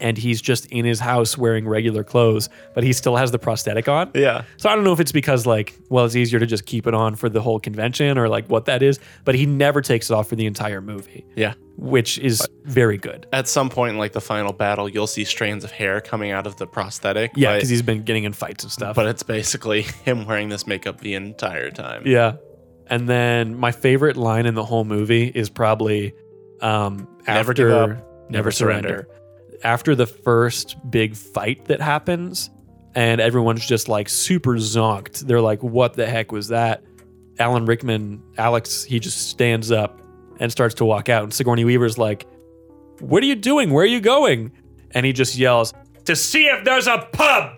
Speaker 2: and he's just in his house wearing regular clothes, but he still has the prosthetic on.
Speaker 1: Yeah.
Speaker 2: So I don't know if it's because like, well, it's easier to just keep it on for the whole convention or like what that is, but he never takes it off for the entire movie,
Speaker 1: Yeah.
Speaker 2: which is very good.
Speaker 1: At some point in like the final battle, you'll see strands of hair coming out of the prosthetic.
Speaker 2: Yeah,
Speaker 1: but,
Speaker 2: because he's been getting in fights and stuff.
Speaker 1: but it's basically [LAUGHS] him wearing this makeup the entire time.
Speaker 2: Yeah. And then my favorite line in the whole movie is probably um,
Speaker 1: Never
Speaker 2: after
Speaker 1: give up, never
Speaker 2: After the first big fight that happens, and everyone's just like super zonked. They're like, what the heck was that? Alan Rickman, Alex, he just stands up and starts to walk out. And Sigourney Weaver's like, what are you doing? Where are you going? And he just yells, to see if there's a pub.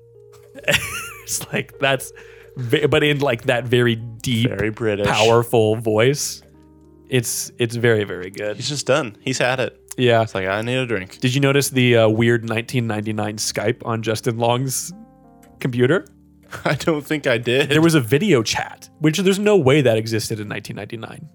Speaker 2: [LAUGHS] it's like, that's, ve- but in like that very deep,
Speaker 1: Very British.
Speaker 2: powerful voice. It's it's very very good.
Speaker 1: He's just done. He's had it.
Speaker 2: Yeah.
Speaker 1: It's like I need a drink. [LAUGHS]
Speaker 2: Did you notice the uh, weird 1999 Skype on Justin Long's computer?
Speaker 1: I don't think I did.
Speaker 2: There was a video chat, which there's no way that existed in 1999.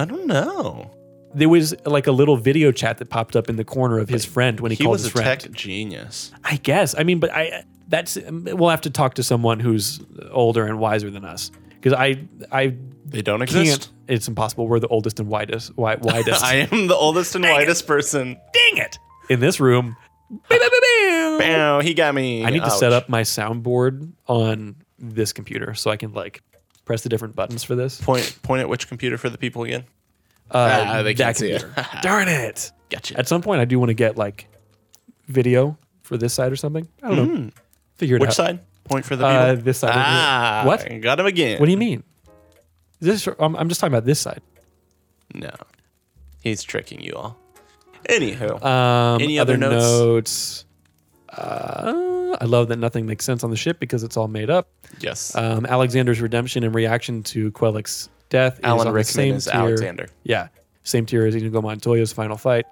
Speaker 1: I don't know.
Speaker 2: There was like a little video chat that popped up in the corner of his friend when he,
Speaker 1: He
Speaker 2: called
Speaker 1: was
Speaker 2: his
Speaker 1: a
Speaker 2: friend.
Speaker 1: tech genius.
Speaker 2: I guess. I mean, but I that's we'll have to talk to someone who's older and wiser than us because I I
Speaker 1: They don't
Speaker 2: can't.
Speaker 1: exist.
Speaker 2: It's impossible. We're the oldest and widest.
Speaker 1: [LAUGHS]
Speaker 2: wi- Widest.
Speaker 1: I am the oldest and whitest person.
Speaker 2: dang it in this room Bam, bam, bam, bam.
Speaker 1: Bam, he got me.
Speaker 2: i need to
Speaker 1: Ouch.
Speaker 2: set up my soundboard on this computer so i can like press the different buttons for this
Speaker 1: Point point at which computer for the people again?
Speaker 2: uh,
Speaker 1: Ah, they
Speaker 2: that
Speaker 1: can't see it. [LAUGHS]
Speaker 2: computer. darn it
Speaker 1: Gotcha.
Speaker 2: at some point i do want to get like video for this side or something i don't know figure it
Speaker 1: Hmm. which
Speaker 2: out
Speaker 1: side? Point for the people.
Speaker 2: Uh, this side over here.
Speaker 1: Ah,
Speaker 2: What?
Speaker 1: Got him again.
Speaker 2: what do you mean this I'm, I'm just talking about this side
Speaker 1: no, he's tricking you all. Anywho,
Speaker 2: um
Speaker 1: Any
Speaker 2: other,
Speaker 1: other notes?
Speaker 2: notes? Uh, I love that nothing makes sense on the ship because it's all made up.
Speaker 1: yes,
Speaker 2: um, Alexander's redemption in reaction to Quellic's death.
Speaker 1: Alan
Speaker 2: on the
Speaker 1: Rickman
Speaker 2: same
Speaker 1: is
Speaker 2: tier-
Speaker 1: Alexander.
Speaker 2: Yeah, same tier as Inigo Montoya's final fight.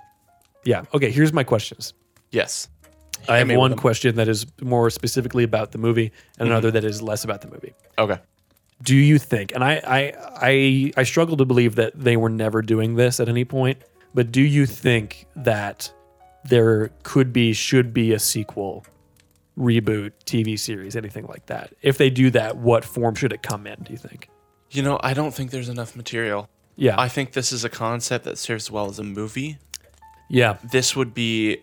Speaker 2: Yeah. Okay. Here's my questions.
Speaker 1: Yes,
Speaker 2: I
Speaker 1: Hit
Speaker 2: have
Speaker 1: me with
Speaker 2: one
Speaker 1: them. Mm-hmm.
Speaker 2: question that is more specifically about the movie, and another that is less about the movie.
Speaker 1: Okay,
Speaker 2: Do you think? And I, I, I, I struggle to believe that they were never doing this at any point. But do you think that there could be, should be a sequel reboot, TV series, anything like that. If they do that, what form should it come in, do you think?
Speaker 1: You know, I don't think there's enough material.
Speaker 2: Yeah.
Speaker 1: I think this is a concept that serves well as a movie.
Speaker 2: yeah.
Speaker 1: This would be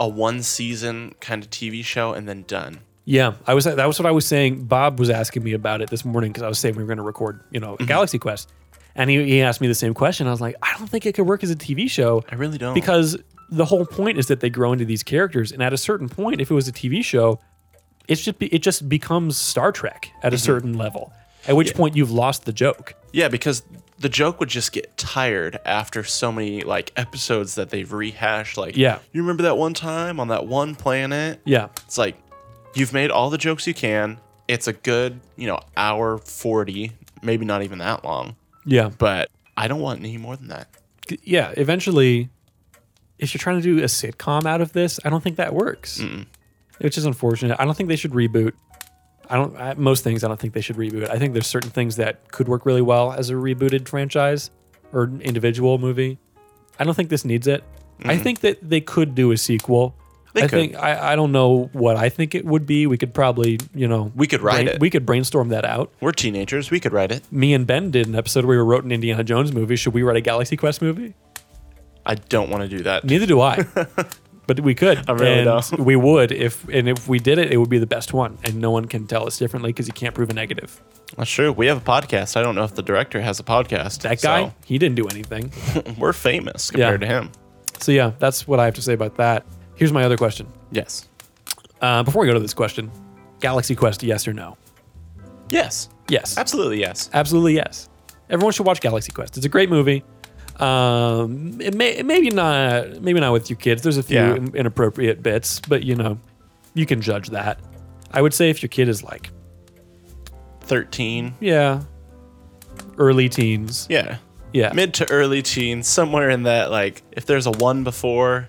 Speaker 1: a one season kind of TV show and then done.
Speaker 2: Yeah. I was that was what I was saying. Bob was asking me about it this morning because I was saying we were going to record, you
Speaker 1: Mm-hmm.
Speaker 2: know, Galaxy Quest. And he, he asked me the same question. I was like, I don't think it could work as a TV show
Speaker 1: I really don't.
Speaker 2: because the whole point is that they grow into these characters and at a certain point if it was a tv show it's just be, it just becomes star trek at a certain level at which point you've lost the joke
Speaker 1: yeah, because the joke would just get tired after so many like episodes that they've rehashed. Like,
Speaker 2: Yeah.
Speaker 1: you remember that one time on that one planet?
Speaker 2: yeah
Speaker 1: It's like you've made all the jokes you can. It's a good, you know, hour 40, maybe not even that long,
Speaker 2: yeah
Speaker 1: but I don't want any more than that.
Speaker 2: C- yeah eventually if you're trying to do a sitcom out of this i don't think that works which is unfortunate i don't think they should reboot i don't I, most things i don't think they should reboot i think there's certain things that could work really well as a rebooted franchise or an individual movie i don't think this needs it i think that they could do a sequel
Speaker 1: They
Speaker 2: i
Speaker 1: could.
Speaker 2: think I, I don't know what i think it would be we could probably you know
Speaker 1: We could write
Speaker 2: brain-
Speaker 1: it.
Speaker 2: we could brainstorm that out
Speaker 1: We're teenagers. We could write it.
Speaker 2: me and ben did an episode where we wrote an indiana jones movie should we write a galaxy quest movie
Speaker 1: I don't want to do that.
Speaker 2: Neither do
Speaker 1: [LAUGHS]
Speaker 2: I. but we could. I
Speaker 1: really
Speaker 2: and
Speaker 1: don't.
Speaker 2: We would if and if we did it, it would be the best one, and no one can tell us differently because you can't prove a negative.
Speaker 1: That's true. We have a podcast. I don't know if the director has a podcast.
Speaker 2: That guy, he didn't do anything.
Speaker 1: so [LAUGHS] we're famous compared to him.
Speaker 2: So yeah, that's what I have to say about that. Here's my other question.
Speaker 1: Yes.
Speaker 2: Uh, before we go to this question, Galaxy Quest, yes or no?
Speaker 1: Yes.
Speaker 2: Yes,
Speaker 1: Absolutely yes.
Speaker 2: absolutely yes. Everyone should watch Galaxy Quest. It's a great movie. Um, it may, maybe not, maybe not with your kids. There's a few
Speaker 1: Yeah.
Speaker 2: in- inappropriate bits, but you know, you can judge that. I would say if your kid is like
Speaker 1: 13.
Speaker 2: Yeah. Early teens.
Speaker 1: Yeah.
Speaker 2: Yeah.
Speaker 1: Mid to early teens, somewhere in that like if there's a 1 before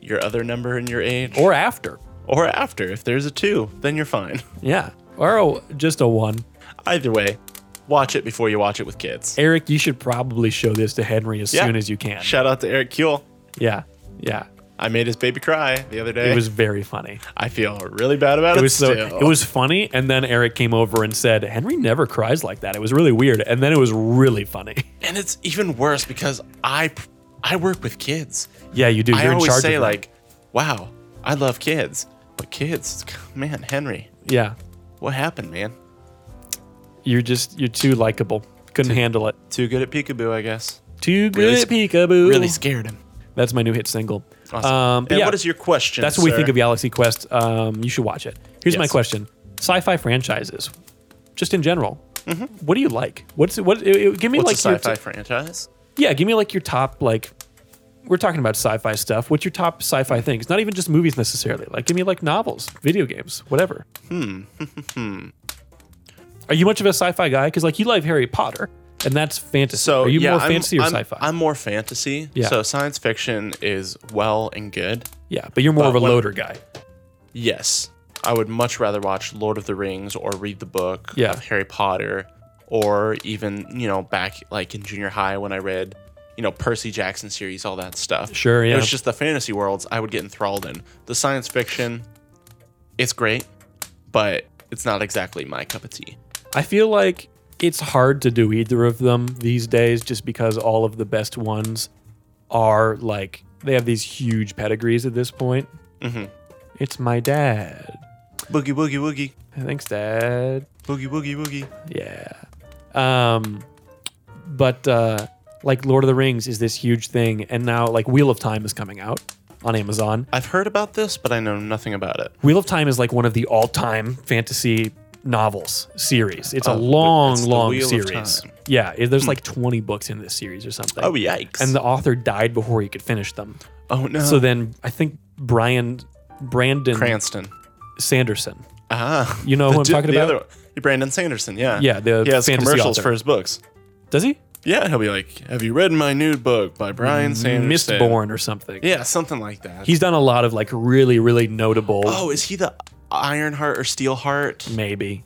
Speaker 1: your other number in your age
Speaker 2: or after.
Speaker 1: or after, if there's a 2, then you're fine.
Speaker 2: Yeah. Or a, just a one.
Speaker 1: Either way, watch it before you watch it with kids.
Speaker 2: Eric, you should probably show this to Henry as
Speaker 1: Yeah.
Speaker 2: soon as you can.
Speaker 1: Shout out to Eric Kuehl.
Speaker 2: Yeah. Yeah.
Speaker 1: I made his baby cry the other day.
Speaker 2: It was very funny.
Speaker 1: I feel really bad about it.
Speaker 2: It was so
Speaker 1: still.
Speaker 2: it was funny and then Eric came over and said, "Henry never cries like that." It was really weird and then it was really funny. [LAUGHS]
Speaker 1: and it's even worse because I I work with kids.
Speaker 2: yeah, you do. You're
Speaker 1: I
Speaker 2: in
Speaker 1: always
Speaker 2: charge
Speaker 1: say
Speaker 2: of them.
Speaker 1: like, "Wow, I love kids," but kids, [LAUGHS] man, Henry,
Speaker 2: Yeah.
Speaker 1: what happened, man?
Speaker 2: You're just you're too likable. Couldn't handle it.
Speaker 1: Too good at peekaboo, I guess.
Speaker 2: Too good
Speaker 1: Really
Speaker 2: at peekaboo.
Speaker 1: Really scared him.
Speaker 2: That's my new hit single.
Speaker 1: Awesome.
Speaker 2: Um, but
Speaker 1: and
Speaker 2: yeah.
Speaker 1: what is your question?
Speaker 2: That's what we
Speaker 1: sir?
Speaker 2: think of Galaxy Quest. Um, you should watch it. Here's my
Speaker 1: Yes.
Speaker 2: question: Sci-fi franchises, just in general, what do you like? What's what? it- it- give me
Speaker 1: Mm-hmm. What's a
Speaker 2: like
Speaker 1: sci-fi
Speaker 2: your
Speaker 1: franchise?
Speaker 2: yeah, give me like your top like. We're talking about sci-fi stuff. What's your top sci-fi things? Not even just movies necessarily. Like, give me like novels, video games, whatever. Hmm. Are you much of a sci-fi guy? Because like you like Harry Potter, and that's fantasy.
Speaker 1: So
Speaker 2: are you
Speaker 1: yeah,
Speaker 2: more
Speaker 1: I'm-
Speaker 2: fantasy or
Speaker 1: I'm-
Speaker 2: sci-fi?
Speaker 1: I'm more fantasy.
Speaker 2: Yeah.
Speaker 1: So science fiction is well and good.
Speaker 2: yeah, but you're more of a
Speaker 1: when-
Speaker 2: loader guy.
Speaker 1: Yes. I would much rather watch Lord of the Rings or read the book
Speaker 2: Yeah.
Speaker 1: of Harry Potter or even, you know, back like in junior high when I read, you know, Percy Jackson series, all that stuff.
Speaker 2: Sure,
Speaker 1: It
Speaker 2: yeah.
Speaker 1: was just the fantasy worlds I would get enthralled in. The science fiction, it's great, but it's not exactly my cup of tea.
Speaker 2: I feel like it's hard to do either of them these days just because all of the best ones are like they have these huge pedigrees at this point.
Speaker 1: Mhm.
Speaker 2: It's my dad.
Speaker 1: Boogie woogie woogie.
Speaker 2: Thanks, dad.
Speaker 1: Boogie woogie woogie.
Speaker 2: Yeah. Um but uh like Lord of the Rings is this huge thing and now like Wheel of Time is coming out on Amazon.
Speaker 1: I've heard about this, but I know nothing about it.
Speaker 2: Wheel of Time is like one of the all-time fantasy novels series. It's a
Speaker 1: Oh,
Speaker 2: long,
Speaker 1: it's the
Speaker 2: long
Speaker 1: Wheel of
Speaker 2: series.
Speaker 1: Time. Hmm.
Speaker 2: Yeah, it- there's like 20 books in this series or something.
Speaker 1: Oh yikes.
Speaker 2: And the author died before he could finish them.
Speaker 1: oh no.
Speaker 2: So then I think Brian Brandon
Speaker 1: Cranston.
Speaker 2: Sanderson.
Speaker 1: Ah.
Speaker 2: [LAUGHS] You know who I'm
Speaker 1: Dude,
Speaker 2: talking
Speaker 1: the
Speaker 2: about?
Speaker 1: other one. Brandon Sanderson, yeah.
Speaker 2: Yeah, the
Speaker 1: he has
Speaker 2: fantasy
Speaker 1: commercials
Speaker 2: author.
Speaker 1: for his books.
Speaker 2: Does he?
Speaker 1: Yeah, he'll be like, "Have you read my new book by Brian Sanderson?"
Speaker 2: Mistborn or something.
Speaker 1: Yeah, something like that.
Speaker 2: Mm, He's done a lot of like really, really notable
Speaker 1: oh, is he the Ironheart or
Speaker 2: Mm.
Speaker 1: Steelheart?
Speaker 2: maybe.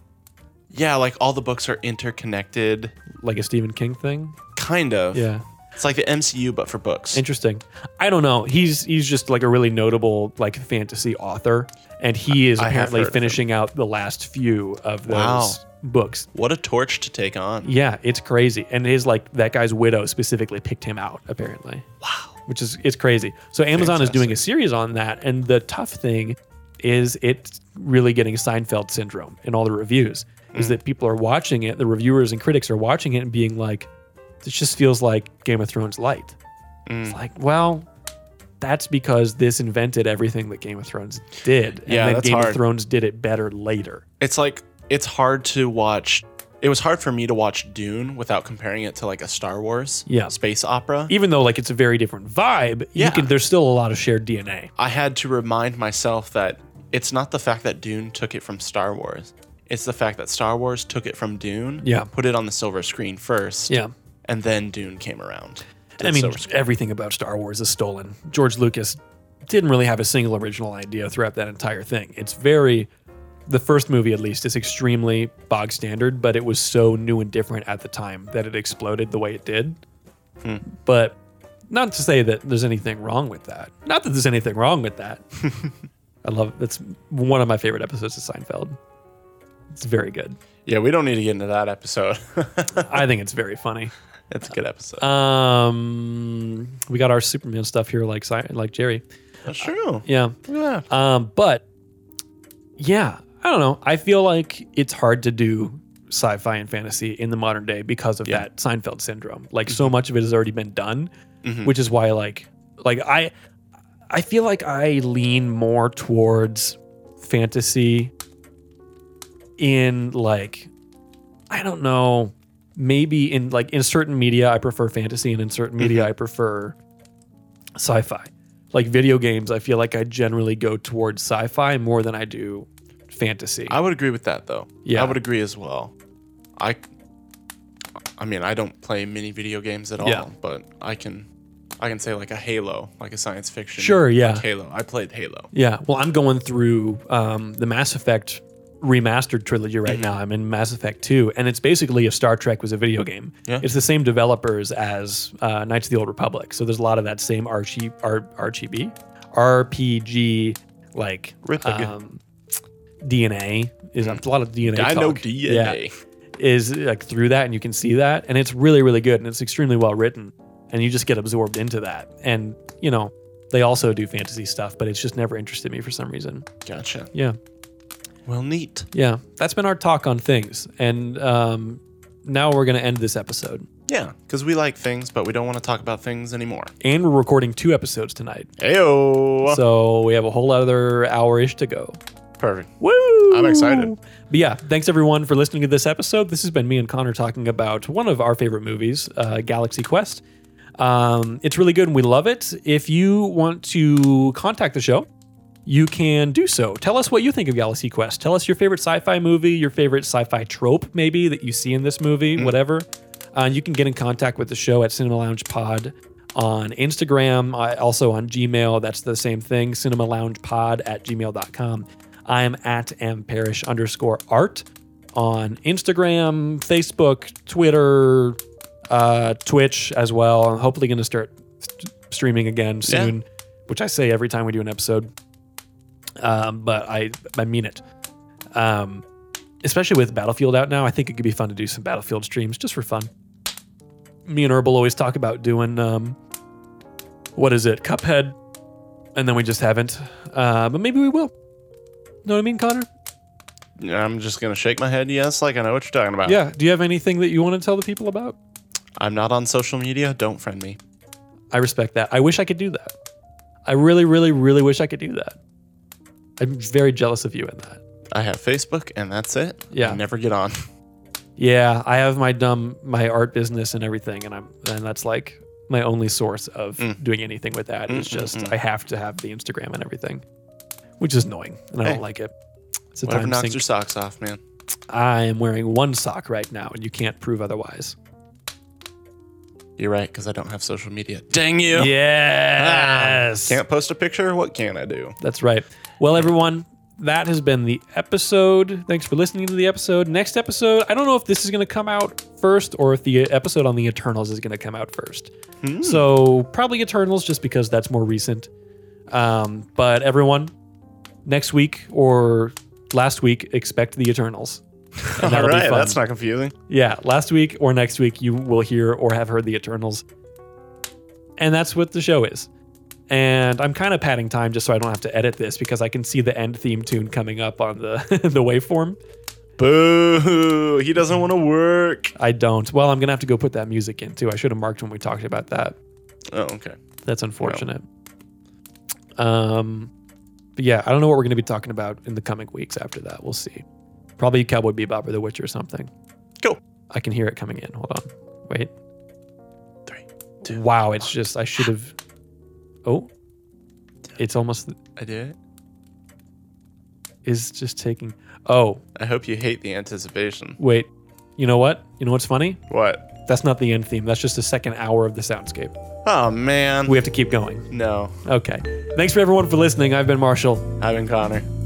Speaker 1: Yeah, like all the books are interconnected,
Speaker 2: Like a Stephen King thing.
Speaker 1: kind of.
Speaker 2: Yeah.
Speaker 1: It's like the MCU, but for books.
Speaker 2: Interesting. I don't know. He's he's just like a really notable like fantasy author, and he is
Speaker 1: I have
Speaker 2: apparently
Speaker 1: heard of him.
Speaker 2: finishing out the last few of those
Speaker 1: Wow.
Speaker 2: books.
Speaker 1: What a torch to take on.
Speaker 2: Yeah, it's crazy. And it is like that guy's widow specifically picked him out, apparently. Wow. Which is it's crazy. So Amazon is doing a series on that, and the tough thing is it's really getting Seinfeld syndrome in all the reviews.
Speaker 1: Hmm.
Speaker 2: Is that people are watching it, the reviewers and critics are watching it and being like, this just feels like Game of Thrones light.
Speaker 1: Hmm.
Speaker 2: It's like, well, that's because this invented everything that Game of Thrones did. And
Speaker 1: Yeah,
Speaker 2: then
Speaker 1: that's
Speaker 2: Game of
Speaker 1: hard.
Speaker 2: Thrones did it better later.
Speaker 1: It's like it's hard to watch. It was hard for me to watch Dune without comparing it to like a Star Wars
Speaker 2: Yeah.
Speaker 1: space opera.
Speaker 2: even though like it's a very different vibe,
Speaker 1: Yeah.
Speaker 2: you can there's still a lot of shared DNA.
Speaker 1: I had to remind myself that it's not the fact that Dune took it from Star Wars. It's the fact that Star Wars took it from Dune,
Speaker 2: Yeah.
Speaker 1: put it on the silver screen first,
Speaker 2: Yeah.
Speaker 1: and then Dune came around.
Speaker 2: I
Speaker 1: to the
Speaker 2: mean,
Speaker 1: silver screen.
Speaker 2: everything about Star Wars is stolen. George Lucas didn't really have a single original idea throughout that entire thing. It's very the first movie at least is extremely bog standard, but it was so new and different at the time that it exploded the way it did. But not to say that there's anything wrong with that. Not that there's anything wrong with [LAUGHS] that. I love that's one of my favorite episodes of Seinfeld. It's very good.
Speaker 1: yeah, we don't need to get into that episode. [LAUGHS]
Speaker 2: I think it's very funny.
Speaker 1: it's a good episode.
Speaker 2: Uh, Um, we got our Superman stuff here, like Si- like Jerry.
Speaker 1: That's true.
Speaker 2: Yeah.
Speaker 1: Yeah.
Speaker 2: Um, but yeah, I don't know. I feel like it's hard to do sci-fi and fantasy in the modern day because of
Speaker 1: Yeah.
Speaker 2: that Seinfeld syndrome. Like so much of it has already been done, which is why like like I I feel like I lean more towards fantasy in like I don't know, maybe in like in certain media I prefer fantasy and in certain media I prefer sci-fi. Like video games, I feel like I generally go towards sci-fi more than I do fantasy.
Speaker 1: I would agree with that though.
Speaker 2: Yeah.
Speaker 1: I would agree as well. I I mean, I don't play many video games at all,
Speaker 2: Yeah.
Speaker 1: but I can I can say like a Halo, like a science fiction.
Speaker 2: Sure, yeah.
Speaker 1: like Halo. I played Halo.
Speaker 2: Yeah. Well, I'm going through um, the Mass Effect remastered trilogy
Speaker 1: Mm-hmm.
Speaker 2: right now. I'm in Mass Effect 2, and it's basically if Star Trek was a video game.
Speaker 1: Yeah.
Speaker 2: It's the same developers as uh, Knights of the Old Republic. So there's a lot of that same RG, R, RGB, RPG, like
Speaker 1: Rhythm.
Speaker 2: um, DNA. Is a lot of DNA.
Speaker 1: Mm-hmm. I know
Speaker 2: talk.
Speaker 1: DNA.
Speaker 2: is like through that, and you can see that, and it's really, really good, and it's extremely well written, and you just get absorbed into that. And you know, they also do fantasy stuff, but it's just never interested me for some reason.
Speaker 1: Gotcha.
Speaker 2: Yeah,
Speaker 1: Well, neat.
Speaker 2: yeah. That's been our talk on things, and um, now we're gonna end this episode,
Speaker 1: Yeah, because we like things, but we don't want to talk about things anymore.
Speaker 2: and we're recording two episodes tonight,
Speaker 1: Heyo.
Speaker 2: so we have a whole other hour ish to go.
Speaker 1: Perfect.
Speaker 2: Woo!
Speaker 1: I'm excited.
Speaker 2: But yeah, thanks everyone for listening to this episode. This has been me and Connor talking about one of our favorite movies, uh, Galaxy Quest. Um, it's really good and we love it. If you want to contact the show, you can do so. Tell us what you think of Galaxy Quest. Tell us your favorite sci fi movie, your favorite sci fi trope, maybe that you see in this movie, whatever. Uh, you can get in contact with the show at Cinema Lounge Pod on Instagram, I- also on Gmail. That's the same thing, Cinema Lounge Pod at gmail.com. I am at mparish underscore art on Instagram, Facebook, Twitter, uh, Twitch as well. I'm hopefully going to start st- streaming again
Speaker 1: Yeah.
Speaker 2: soon, which I say every time we do an episode um, but I I mean it. Um, especially with Battlefield out now, I think it could be fun to do some Battlefield streams just for fun. Me and Herbal always talk about doing um, what is it, Cuphead, and then we just haven't. Uh, but maybe we will. Know what I mean, Connor?
Speaker 1: I'm just gonna shake my head. Yes, like I know what you're talking about.
Speaker 2: Yeah. Do you have anything that you want to tell the people about?
Speaker 1: I'm not on social media. Don't friend me.
Speaker 2: I respect that. I wish I could do that. I really, really, really wish I could do that. I'm very jealous of you in that.
Speaker 1: I have Facebook, and that's it.
Speaker 2: Yeah.
Speaker 1: I never get on.
Speaker 2: Yeah, I have my dumb my art business and everything, and I'm and that's like my only source of
Speaker 1: Mm.
Speaker 2: doing anything with that. It's just I have to have the Instagram and everything, which is annoying, and I
Speaker 1: Hey.
Speaker 2: don't like it. It's a
Speaker 1: Whatever
Speaker 2: time
Speaker 1: knocks
Speaker 2: sink.
Speaker 1: your socks off, man.
Speaker 2: I am wearing one sock right now, and you can't prove otherwise.
Speaker 1: You're right, because I don't have social media. Dang you.
Speaker 2: Yes,
Speaker 1: Ah, Can't post a picture? What can I do?
Speaker 2: that's right. Well, everyone, that has been the episode. Thanks for listening to the episode. Next episode, I don't know if this is going to come out first or if the episode on the Eternals is going to come out first.
Speaker 1: Hmm.
Speaker 2: So probably Eternals, just because that's more recent. Um, but everyone, next week or last week, expect the Eternals. And
Speaker 1: [LAUGHS] All
Speaker 2: that'll be
Speaker 1: right,
Speaker 2: fun.
Speaker 1: that's not confusing.
Speaker 2: Yeah, last week or next week, you will hear or have heard the Eternals. And that's what the show is. And I'm kind of padding time just so I don't have to edit this because I can see the end theme tune coming up on the, [LAUGHS] the waveform.
Speaker 1: Boo! He doesn't want to work.
Speaker 2: I don't. Well, I'm going to have to go put that music in too. I should have marked when we talked about that.
Speaker 1: Oh, okay.
Speaker 2: That's unfortunate. Um, but yeah, I don't know what we're going to be talking about in the coming weeks after that. We'll see. Probably Cowboy Bebop or The Witch or something.
Speaker 1: Cool.
Speaker 2: I can hear it coming in. Hold on. Wait.
Speaker 1: Three.
Speaker 2: Wow, it's just I should have. Oh, it's almost
Speaker 1: I did it.
Speaker 2: is just taking. Oh
Speaker 1: I hope you hate the anticipation.
Speaker 2: wait, you know what? You know what's funny?
Speaker 1: What?
Speaker 2: That's not the end theme. That's just the second hour of the soundscape.
Speaker 1: Oh man.
Speaker 2: We have to keep going.
Speaker 1: no,
Speaker 2: Okay. Thanks for everyone for listening. I've been Marshall.
Speaker 1: I've been Connor.